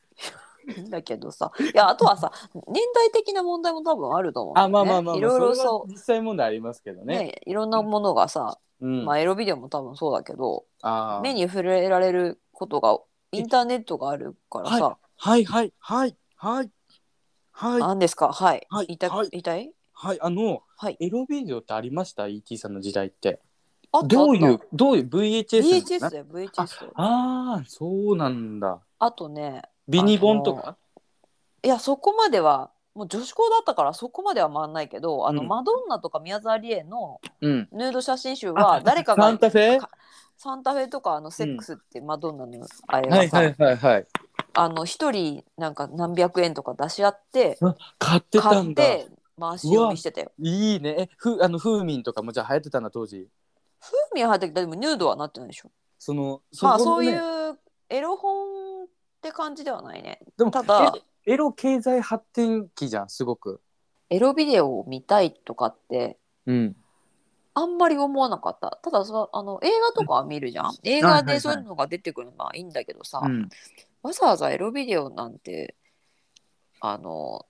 だけどさ、いやあとはさ、年代的な問題も多分あると思うんだあ、よね。まあまあまあまあ、いろいろそれはそ実際問題ありますけどう。ね。ね、いろんなものがさ、うん。まあエロビデオも多分そうだけど、あー目に触れられることがインターネットがあるからさ、はいはいはいはいはい何ですか、はい、はい痛はい痛い、はいあのはい、エロビデオってありました ET さんの時代って。あったどういあっうどういう VHS なたの VHS だよ VHS だよああそうなんだ。あとねビニボンとか。いやそこまではもう女子校だったからそこまでは回んないけどあの、うんマドンナとか宮沢りえのうん。ヌード写真集は誰かがサンタフェかサンタフェとかあのセックスってマドンナのあれはがいさ、はいはいはい。あの一人なんか何百円とか出し合って買ってた買んっだ。て回し読みしてたよ。いいね。え、ふあのフーミンとかもじゃあ流行ってたんだ当時。風味は入ってきたでもヌードはなってないでしょ。そのまあこのそうねいうエロ本って感じではないね。でもただエロエロ経済発展期じゃんすごく。エロビデオを見たいとかってうん。あんまり思わなかった。ただそあの映画とかは見るじゃん。映画でそういうのが出てくるのはいいんだけどさ、うん、わざわざエロビデオなんてあの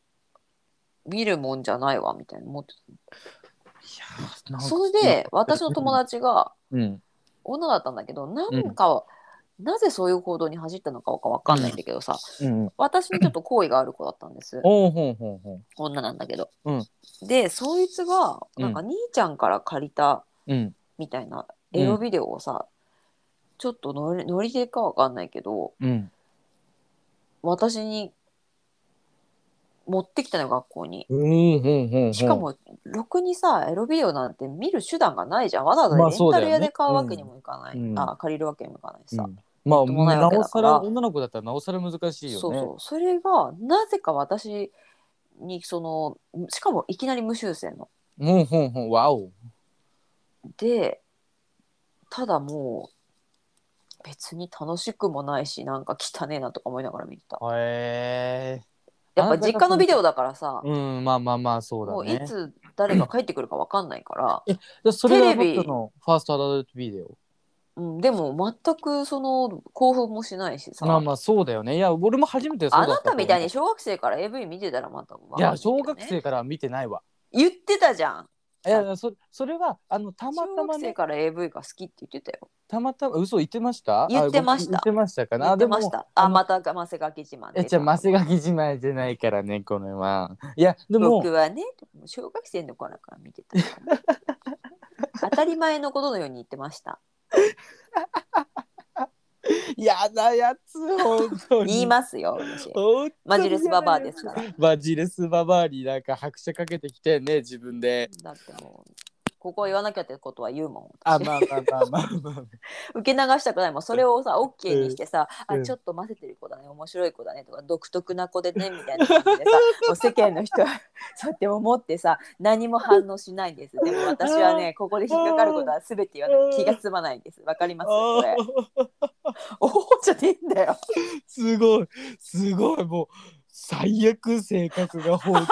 見るもんじゃないわみたいな思ってた。それで私の友達がうん。女だったんだけどなんか、なぜそういう行動に走ったのかわかんないんだけどさ、うん。私にちょっと好意がある子だったんです。ほうほうほうほ女なんだけど、うんでそいつがなんか兄ちゃんから借りたう。うん。みたいなうんエロビデオをさ、ちょっとノリノリでかわかんないけどうん。私に持ってきたの学校に。うんうんうんうんしかもろくにさエロビデオなんて見る手段がないじゃんわざわまあざレンタル屋で買うそうだよねわけにもいかない、うんあ借りるわけにもいかないしさ、うんまあともないなわけおださからら女の子だったらなおさら難しいよねそうそうそれがなぜか私にそのしかもいきなり無修正のうんうんうんわおでただもう別に楽しくもないしなんか汚ねえなとか思いながら見てたへえやっぱ実家のビデオだからさ、うんまあまあまあそうもだういねつ誰が帰ってくるかわかんないから、でそれがテレビ僕のファーストアダルトビデオうん、でも全くその興奮もしないしさまあまあそうだよねいや俺も初めてそうだあったなたみたいにい小学生から AV 見てたらまたわかんなやいけど小ね学生からは見てないわ言ってたじゃんいやそそれはあのたまた小ま学生ねから AV が好きって言ってたよたまたま嘘言ってました言ってましたあご言ってましたかな言ってましあたああのまたマセガキ自で慢もえでじゃあマセガキじまいじゃないからねこのは。いやでも僕はね小学生の頃から見 てた当たり前のことのように言ってましたやだやつ本当に言いますよ私本当にマジレスババアですからマジレスババアになんか拍車かけてきてね自分でだってもうここは言わなきゃってことは言うもんあ私まあまあまあまあ まあ受け流したくないもんそれをさ OK にしてさ、うんあちょっと混ぜてる子だね面白い子だねとか独特な子でねみたいな感じ でさもう世間の人はそうやって思ってさ何も反応しないんですでも私はねここで引っかかることは全て言わない気が済まないんですわかりますこれあーおおじゃねえんだよすごいすごいもう最悪性格が本当に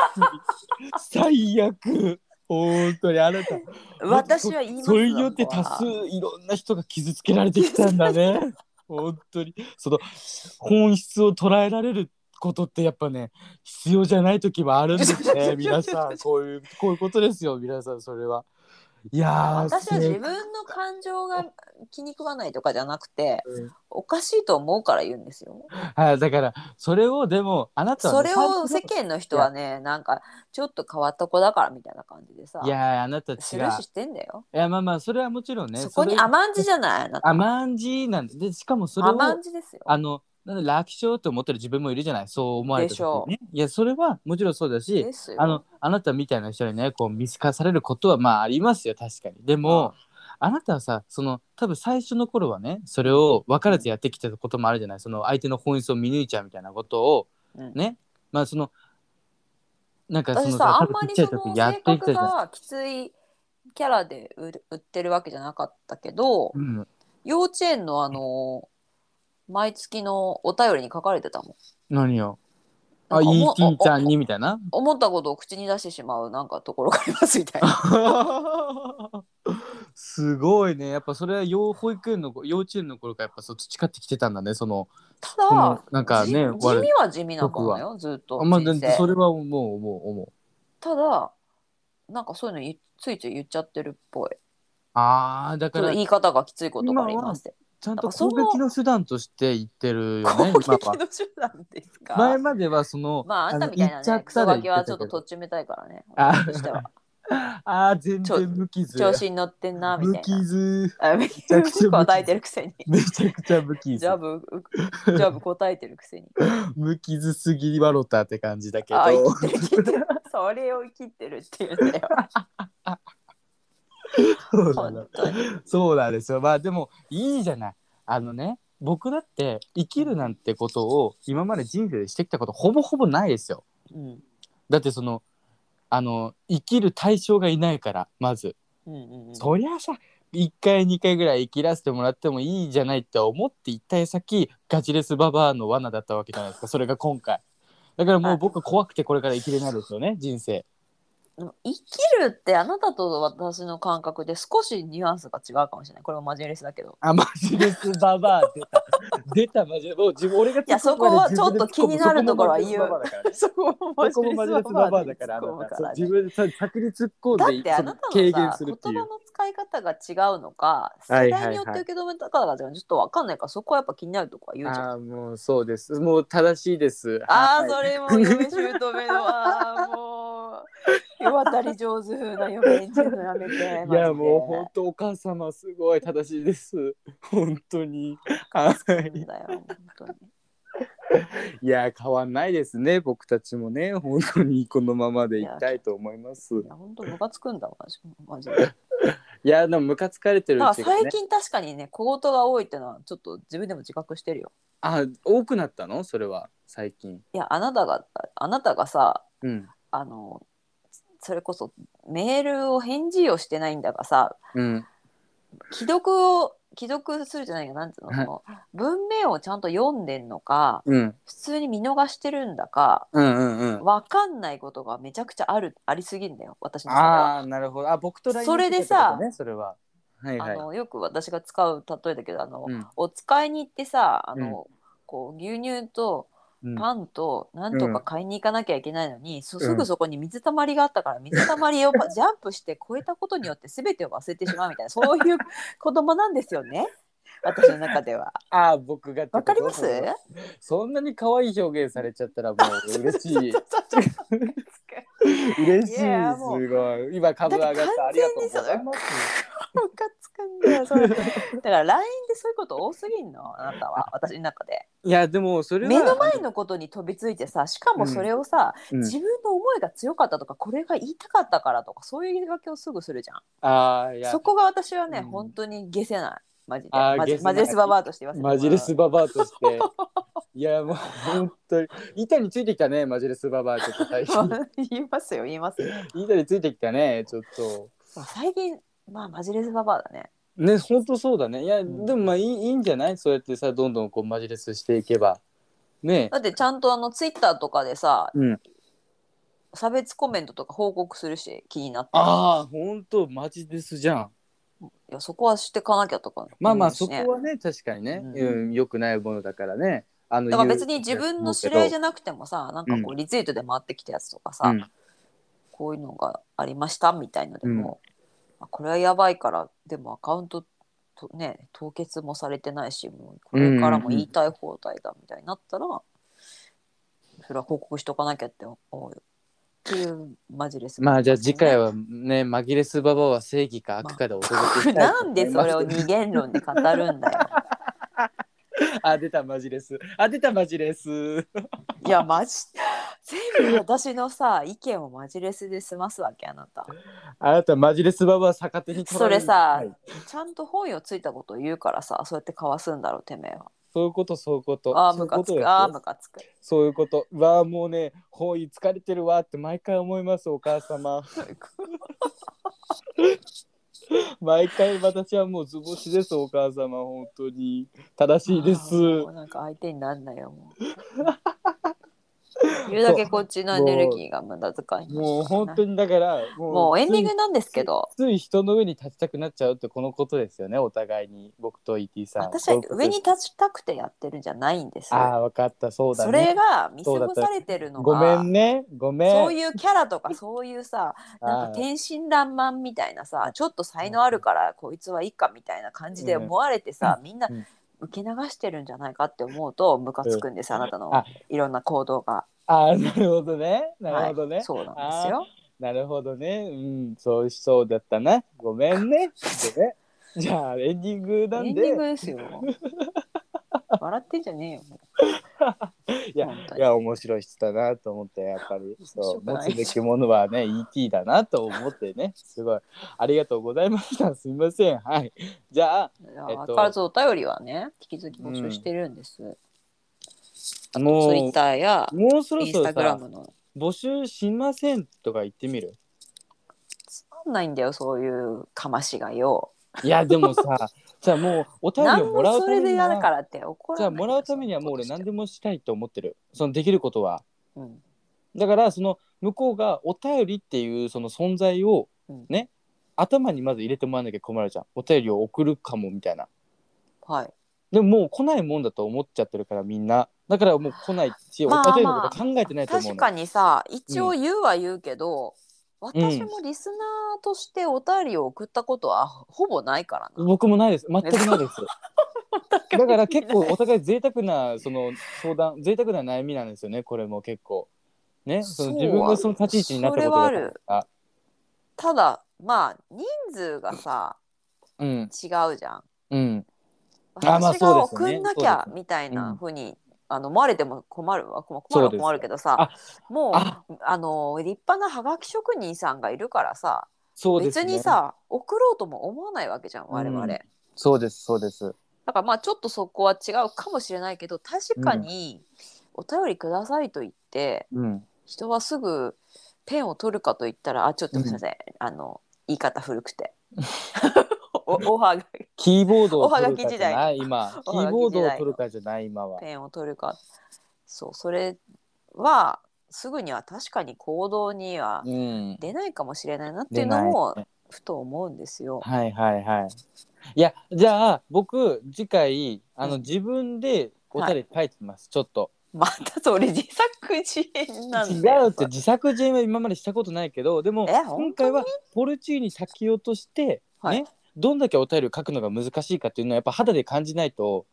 最悪本当にあなた私は言いますそれによって多数いろんな人が傷つけられてきたんだ ね本当にその本質を捉えられることってやっぱね必要じゃない時もあるんです ね皆さんこういうこういうことですよ皆さんそれはいやー私は自分せの感情が気に食わないとかじゃなくてうんおかしいと思うから言うんですよ。あだからそれをでもあなたそはね、れを世間の人はねなんかちょっと変わった子だからみたいな感じでさいやーあなた違うするししてんだよ。いやまあまあそれはもちろんねそこにれ甘んじじゃないあなた甘んじなんででしかもそれを甘んじですよ。あのなんだ楽勝と思ってる自分もいるじゃないそう思われた時にねいやそれはもちろんそうだしですよ。あのあなたみたいな人にねこう見透かされることはまあありますよ確かにでもあなたはさその多分最初の頃はねそれを分からずやってきたこともあるじゃないその相手の本質を見抜いちゃうみたいなことをうん、ねまあそのなんかそ私のさあ多んま分ちりっちゃそい時のやって性きたじ格ゃないがきついキャラで売る売ってるわけじゃなかったけど、うん幼稚園のあの毎月のお便りに書かれてたもん。何よなあんいかい思ティーちゃんにみたいなおお思ったことを口に出してしまうなんかところがありますみたいな。すごいねやっぱそれは幼保育園の子幼稚園の頃からやっぱそう培ってきてたんだ ねそのたこのだなんかねじ地悪い味は地味なもんだよずっとあまあ人生それはもう思う思うただなんかそういうのいついつい言っちゃってるっぽいああだちかょっとら言い方がきついことがありましてちゃんなとんかそ攻の撃の手段として言ってるよね攻撃今のは手段ですか前まではそのまああんたのみたい言なっちゃっねクたソでガキはちょっと言とてっちめたいからね あ私としてはたけどあー全然無傷調子に乗ってんなみ無たいな傷あめちゃくちゃ無傷答えてるくせにめちゃくちゃ無ジ傷ャブジャブ答えてる くせに無傷すぎ笑ったって感じだけどあ生きてる生きてるそれを生きてるっていうんだよそうなの本当にそうなんですよ。まあでもいいじゃない。あのね、僕だって生きるなんてことを今まで人生でしてきたことほぼほぼないですよ。うんだってその、あの、生きる対象がいないから、まず。うんうんうんそりゃさ、1回2回ぐらい生きらせてもらってもいいじゃないって思って行った先、ガチレスババアの罠だったわけじゃないですか。それが今回。だからもう僕怖くてこれから生きれないですよね、人生。でも生きるってあなたと私の感覚で少しニュアンスが違うかもしれないこれもマジレスだけどあ、マジレスババア出た。 出た、マジで。もう自分、俺が突っ込むまでいやそこはちょっと気になるところは言うそこもマジレスババアだからね そそこもマジレスババアだから、あこもなたそう自分で先に突っ込だっんで、てあなたその軽の減さする言って葉いのう。使い方が違うのかは世いはいはい代によって受け止めた方がちょっと分かんないからそこはやっぱ気になるとこは言うじゃん。ああ、もうそうです。もう正しいです。ああはーいそれも嫁姑のあーもう世渡り上手な嫁にしてるのやめて。 いや、もう本当お母様す ごい正しいです。本当に。はマジでい。なんだよ本当にいや変わんないですね僕たちもね本当にこのままでいきたいと思いますいや本当ムカつくんだわ私もマ ジで。いやでもムカつかれてるただうちが最ね近確かにね小言が多いってのはちょっと自分でも自覚してるよ。あ多くなったのそれは最近いやあなたがあなたがさうんあのそれこそメールを返事をしてないんだがさうん既読を既読するじゃないかなんつうのその文面をちゃんと読んでんのかうん普通に見逃してるんだかうんうんうん分かんないことがめちゃくちゃあるありすぎんだよ私の中では。ああなるほどあ僕と LINE それでさしてたことねそれははいあはいのよく私が使う例えだけどあの、うんお使いに行ってさあの、こう牛乳とうんパンとなんとか買いに行かなきゃいけないのに、そうんすぐそこに水たまりがあったから水たまりをパジャンプして越えたことによって全てを忘れてしまうみたいなそういう子供なんですよね私の中では。あー僕がってことわかりますそれはそんなに可愛い表現されちゃったらもう嬉 しいちょっとちょっと嬉しいいやすーもごうい今株上がっただってあ完りが全とうごにそのざいますムカつくんだよそれだから LINE でそういうこと多すぎんのあなたは私の中で。いやでもそれは目の前のことに飛びついてさしかもそれをさ、うん自分の思いが強かったとかこれが言いたかったからとかそういう言い訳をすぐするじゃんあーいやそこが私はね、うん本当に消せないマジであーマ解ジせなマいジレスババアとして言わせてもらマうジレスババアとして いやもう本当に板についてきたねマジレスババアちょっと 最近言いますよ言いますよ板についてきたねちょっと最近まあマジレスババアだねね本当そうだねいや、んでもまあいいいいんじゃないそうやってさどんどんこうマジレスしていけばねだってちゃんとあのツイッターとかでさ、うん差別コメントとか報告するし気になってああ本当マジレスじゃんいやそこはしてかなきゃとか、まあまあそ思うしねこはね確かにね、ううん良くないものだからねあのだから別に自分の知り合いじゃなくてもさなんかこううリツイートで回ってきたやつとかさ、うんこういうのがありましたみたいのでも、あこれはやばいからでもアカウントとね凍結もされてないしもうこれからも言いたい放題だみたいになったら、それは報告しとかなきゃって思うよっていうマジレス、まあじゃあ次回はね紛れすババアは正義か悪かでお届けしたいと な思んいでますそれを二元論で語るんだ よあ出たマジレスあ出たマジレスいやマジ全部私のさ意見をマジレスで済ますわけあなた。あなたマジレスババア逆手に取られるそれさはいちゃんと本意をついたことを言うからさそうやってかわすんだろうてめえはそういうことそういうことああそういムうこカとつですくよああムカつくそういうことうわーもうね包囲疲れてるわって毎回思いますお母 様毎回私はもう図星ですお母様本当に正しいですああもうなんか相手になんないよもう言うだけこっちのエネルギーが無駄遣いになるからねもう本当にだからももうエンディンついグなんですけどつい人の上に立ちたくなっちゃうってこのことですよねお互いに僕と ET さん私そういはうことで上すに立ちたくてやってるんじゃないんですあよあ分かったそうだそねれが見過ごされてるのごがめんねごめんそういうキャラとかそういうさなんあかー天真爛漫みたいなさちょっと才能あるからこいつはいいかみたいな感じで思われてさ、みんなうん受け流してるんじゃないかって思うとムカつくんです、あなたあのいろんな行動が。ああなるほどねなるほどね、はい、そうなんですよ。なるほどね。うん、そうしそうだったな。ごめんね。ごめんじゃあエンディングなエんンで。ディングですよ。 笑ってんじゃねえよ。もういや本当いにや面白い人だなと思ってやっぱりそう面白く持ないつべきものはね ET だなと思ってねすごいありがとうございましたすみませんはいじゃあいやえっと相変わらずお便りはね引き続き募集してるんです。あツのイッターやもうそろインそスろタグラさムの。募集しませんとか言ってみるつまんないんだよそういうかましがよ。いやでもさ じゃあもうお便り何をもらもうそたれめでにやるかはらって怒らじなゃあいんだよもらうためにはもう俺そん何なでもしたいと思ってるそのできることはことしてだからその向こうがお便りっていうその存在をうんね、頭にまず入れてもらわなきゃ困るじゃんお便りを送るかもみたいなうん、はい。でももう来ないもんだと思っちゃってるからみんなだからもう来ないし、まあまあお便りのこと考えてないと思うの確かにさ一応言うは言うけど、私もリスナーとしてお便りを送ったことはほぼないからな、僕もないです全く ないですだから結構お互い贅沢なその相談贅沢な悩みなんですよねこれも結構ねそのそう自分がその立ち位置になったことそだれかはらただまあ人数がさうん違うじゃんうんそう私がですよね送んなきそうゃですみたいなふうにあの思われても困るわ困困そるうですは困るけどさあもうああの立派なはがき職人さんがいるからさ、そうです、別ね、にさ送ろうとも思わないわけじゃん我々、うんだそうですそうですからまあちょっとそこは違うかもしれないけど確かにお便りくださいと言って、うん人はすぐペンを取るかと言ったらあちょっとすいません、あの言い方古 くて おおはがきキーボードおを取はがるきか時じゃ代のない今キおはーがき時代のボードを取るかじゃない今はペンを取るかそうそれはすぐには確かに行動にはうん出ないかもしれないなってい出うのないもねふと思うんですよ。はいはいはいいやじゃあ僕次回あの、うん自分でお便り書いてます、ちょっとまたそれ自作自演なんだよ違うって自作自演は今までしたことないけどでもえ本当に今回はポルチーニ先落として、はいねどんだけお便りを書くのが難しいかっていうのはやっぱ肌で感じないと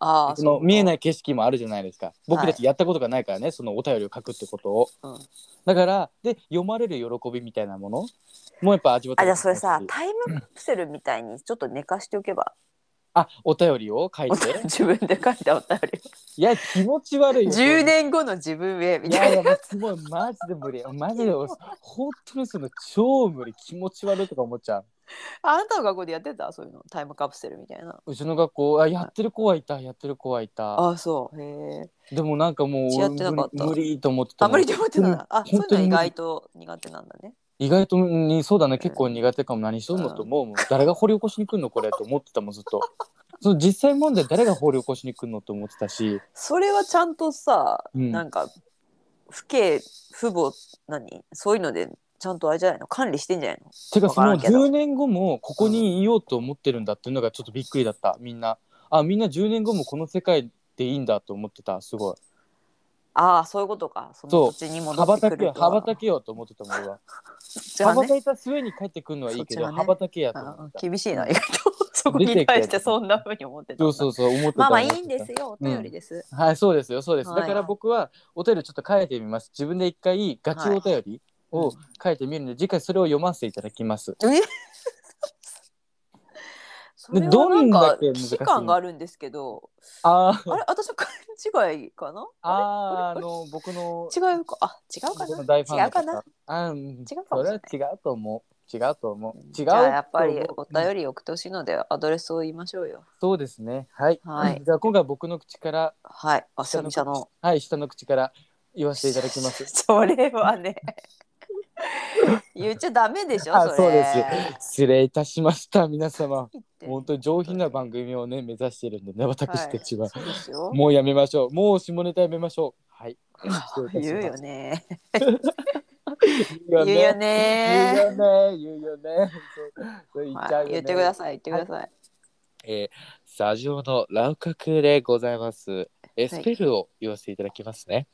ああ、その見えないい景色もあるじゃないですか僕たちやったことがないからね、そのお便りを書くってことをうんだからで読まれる喜びみたいなものもやっぱ味わってほしあじいゃあそれさタイムカプセルみたいにちょっと寝かしておけばあお便りを書いて自分で書いたお便りいや気持ち悪いよ10年後の自分へみいたいやなやいもうすごいマジで無理マジで俺本当にその超無理気持ち悪いとか思っちゃうあなたの学校でやってたそういうのタイムカプセルみたいなうちの学校あやってる子はいたやってる子はいたああそうへえでもなんかもううちやってなかった無理無理と思ってたあのんまりで思ってたなあそ本ういう当のに意外と苦手なんだね意外とにそうだねん結構苦手かも何しとんのと思うもん誰が掘り起こしに来るのこれと思ってたもんずっとその実際問題誰が掘り起こしに来るのと思ってたしそれはちゃんとさ、うんなんか父兄父母何そういうのでちゃんとあれじゃないの管理してんじゃないのてかわそからのんけど10年後もここにいようと思ってるんだっていうのがちょっとびっくりだったみんなあみんな10年後もこの世界でいいんだと思ってたすごいああそういうことかそのそう土地に戻羽っばてたくけよると羽はばたけよと思ってたもん俺はじゃあ羽ばねたいた末に帰ってくるのはいいけそっちどはね羽ばたけやと思あってた厳しいな意外とそこに対してそんなふうに思ってたんそだうそうそう思ってたまあまあい思っていたんですよお便りです、はい、そうですよ、そうです。はいだから僕はお便りちょっと書いてみます。自分で一回ガチお便りを書いてみるので、次回それを読ませていただきます。え それはなんかどんだけ難しい期間があるんですけどあー あれ私は勘違いかなああー、あの、僕の、れ違うかあ違うか僕のな大ファン違のうかな方。あーうん違うかそもしれれはない違うと思う。違うと思う。違うじゃあやっぱりと思おう便り送ってほしいのでアドレスを言いましょうよ。そうですね。はい。はいじゃあ今回僕の口から、はい、あすみちゃんの。はい、下の口から言わせていただきます。 それはね。 言っちゃダメでしょあ、そそうれで。す。失礼いたしました、皆様。 本に当に上品な番組をね、目指してるんでね、私たちは。そうですよ。もうやめましょう。もう下ネタやめましょう。はい。 言うよね。言言う言ようね。よね。言うよね。そうそう言っちゃうよはいね。言ってください言ってください。えー、スタジオのラウカクでございます。エスペルを言わせていただきますね。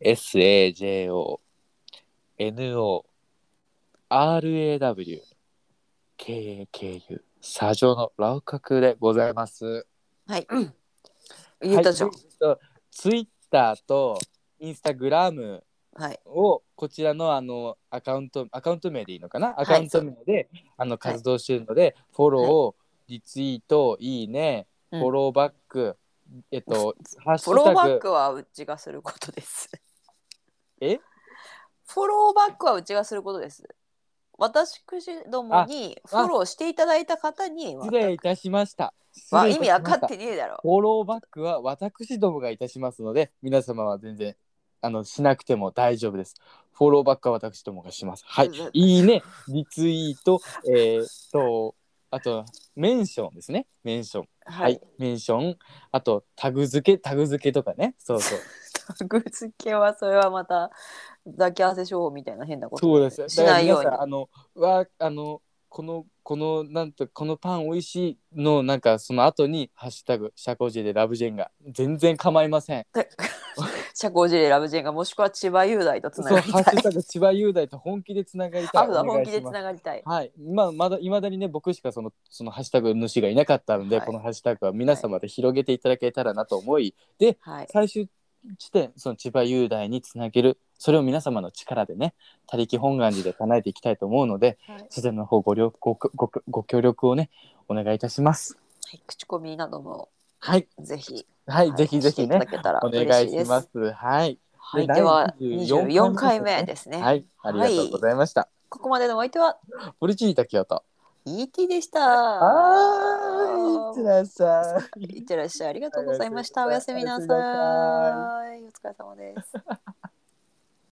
S A J O N O R A W K A K U スタジオのラウカクでございます。はい。言ったじゃんはい。とツイッターとインスタグラムはい。をこちらのあのアカウントアカウント名でいいのかなアカウント名で、あの活動してるので、フォロー、リツイートいいねうフんォローバック、えっとハッシフォローュバタッグクはうちがすることです。え フォローバックはうちがすることです。私くしどもにフあォローしていただいた方に失礼いたしましたまあ失礼い意た味しまわしたかってねえだろ。フォローバックは私どもがいたしますので皆様は全然あのしなくても大丈夫ですフォローバックは私どもがしますはいうんいいねリツイートえーっとあとメンションですねメンションははいい。、メンション、あとタグ付け、タグ付けとかね、そうそう。タグ付けはそれはまた抱き合わせ商法みたいな変なことそうです。しないようにだから皆さんあの、わ、あの、この、この、なんと、このパン美味しいの、なんか、その後に、ハッシュタグ、社交辞令ラブジェンガ、全然構いません。社交辞令ラブジェンがもしくは千葉雄大とつそう、ながりハッたシュい。タグ、千葉雄大と本気でつながりたい。あとは本気でお願いしつますながりたい。はい、まあ、まだいまだにね僕しかそのそのハッシュタグ主がいなかったので、はいこのハッシュタグは皆様で広げていただけたらなと思い、ではい。最終地点その千葉雄大につなげるそれを皆様の力でね他力本願寺で叶えていきたいと思うのではい、そちらの方ご了ごごごご協力をねお願いいたします。口コミなどもはい、ぜひ、はい、はいぜひぜひねしていただけたらお嬉願いしいでしす。ます。はい、はい、ででは第24 24回回目目ですね。はい、ありがとうございました。ここまでのお相手はポリチータキオと。 ET でした。はーい、いってらっしゃい。いってらっしゃい。ありがとうございました。おおややすすみみななささい。いお疲れ様です。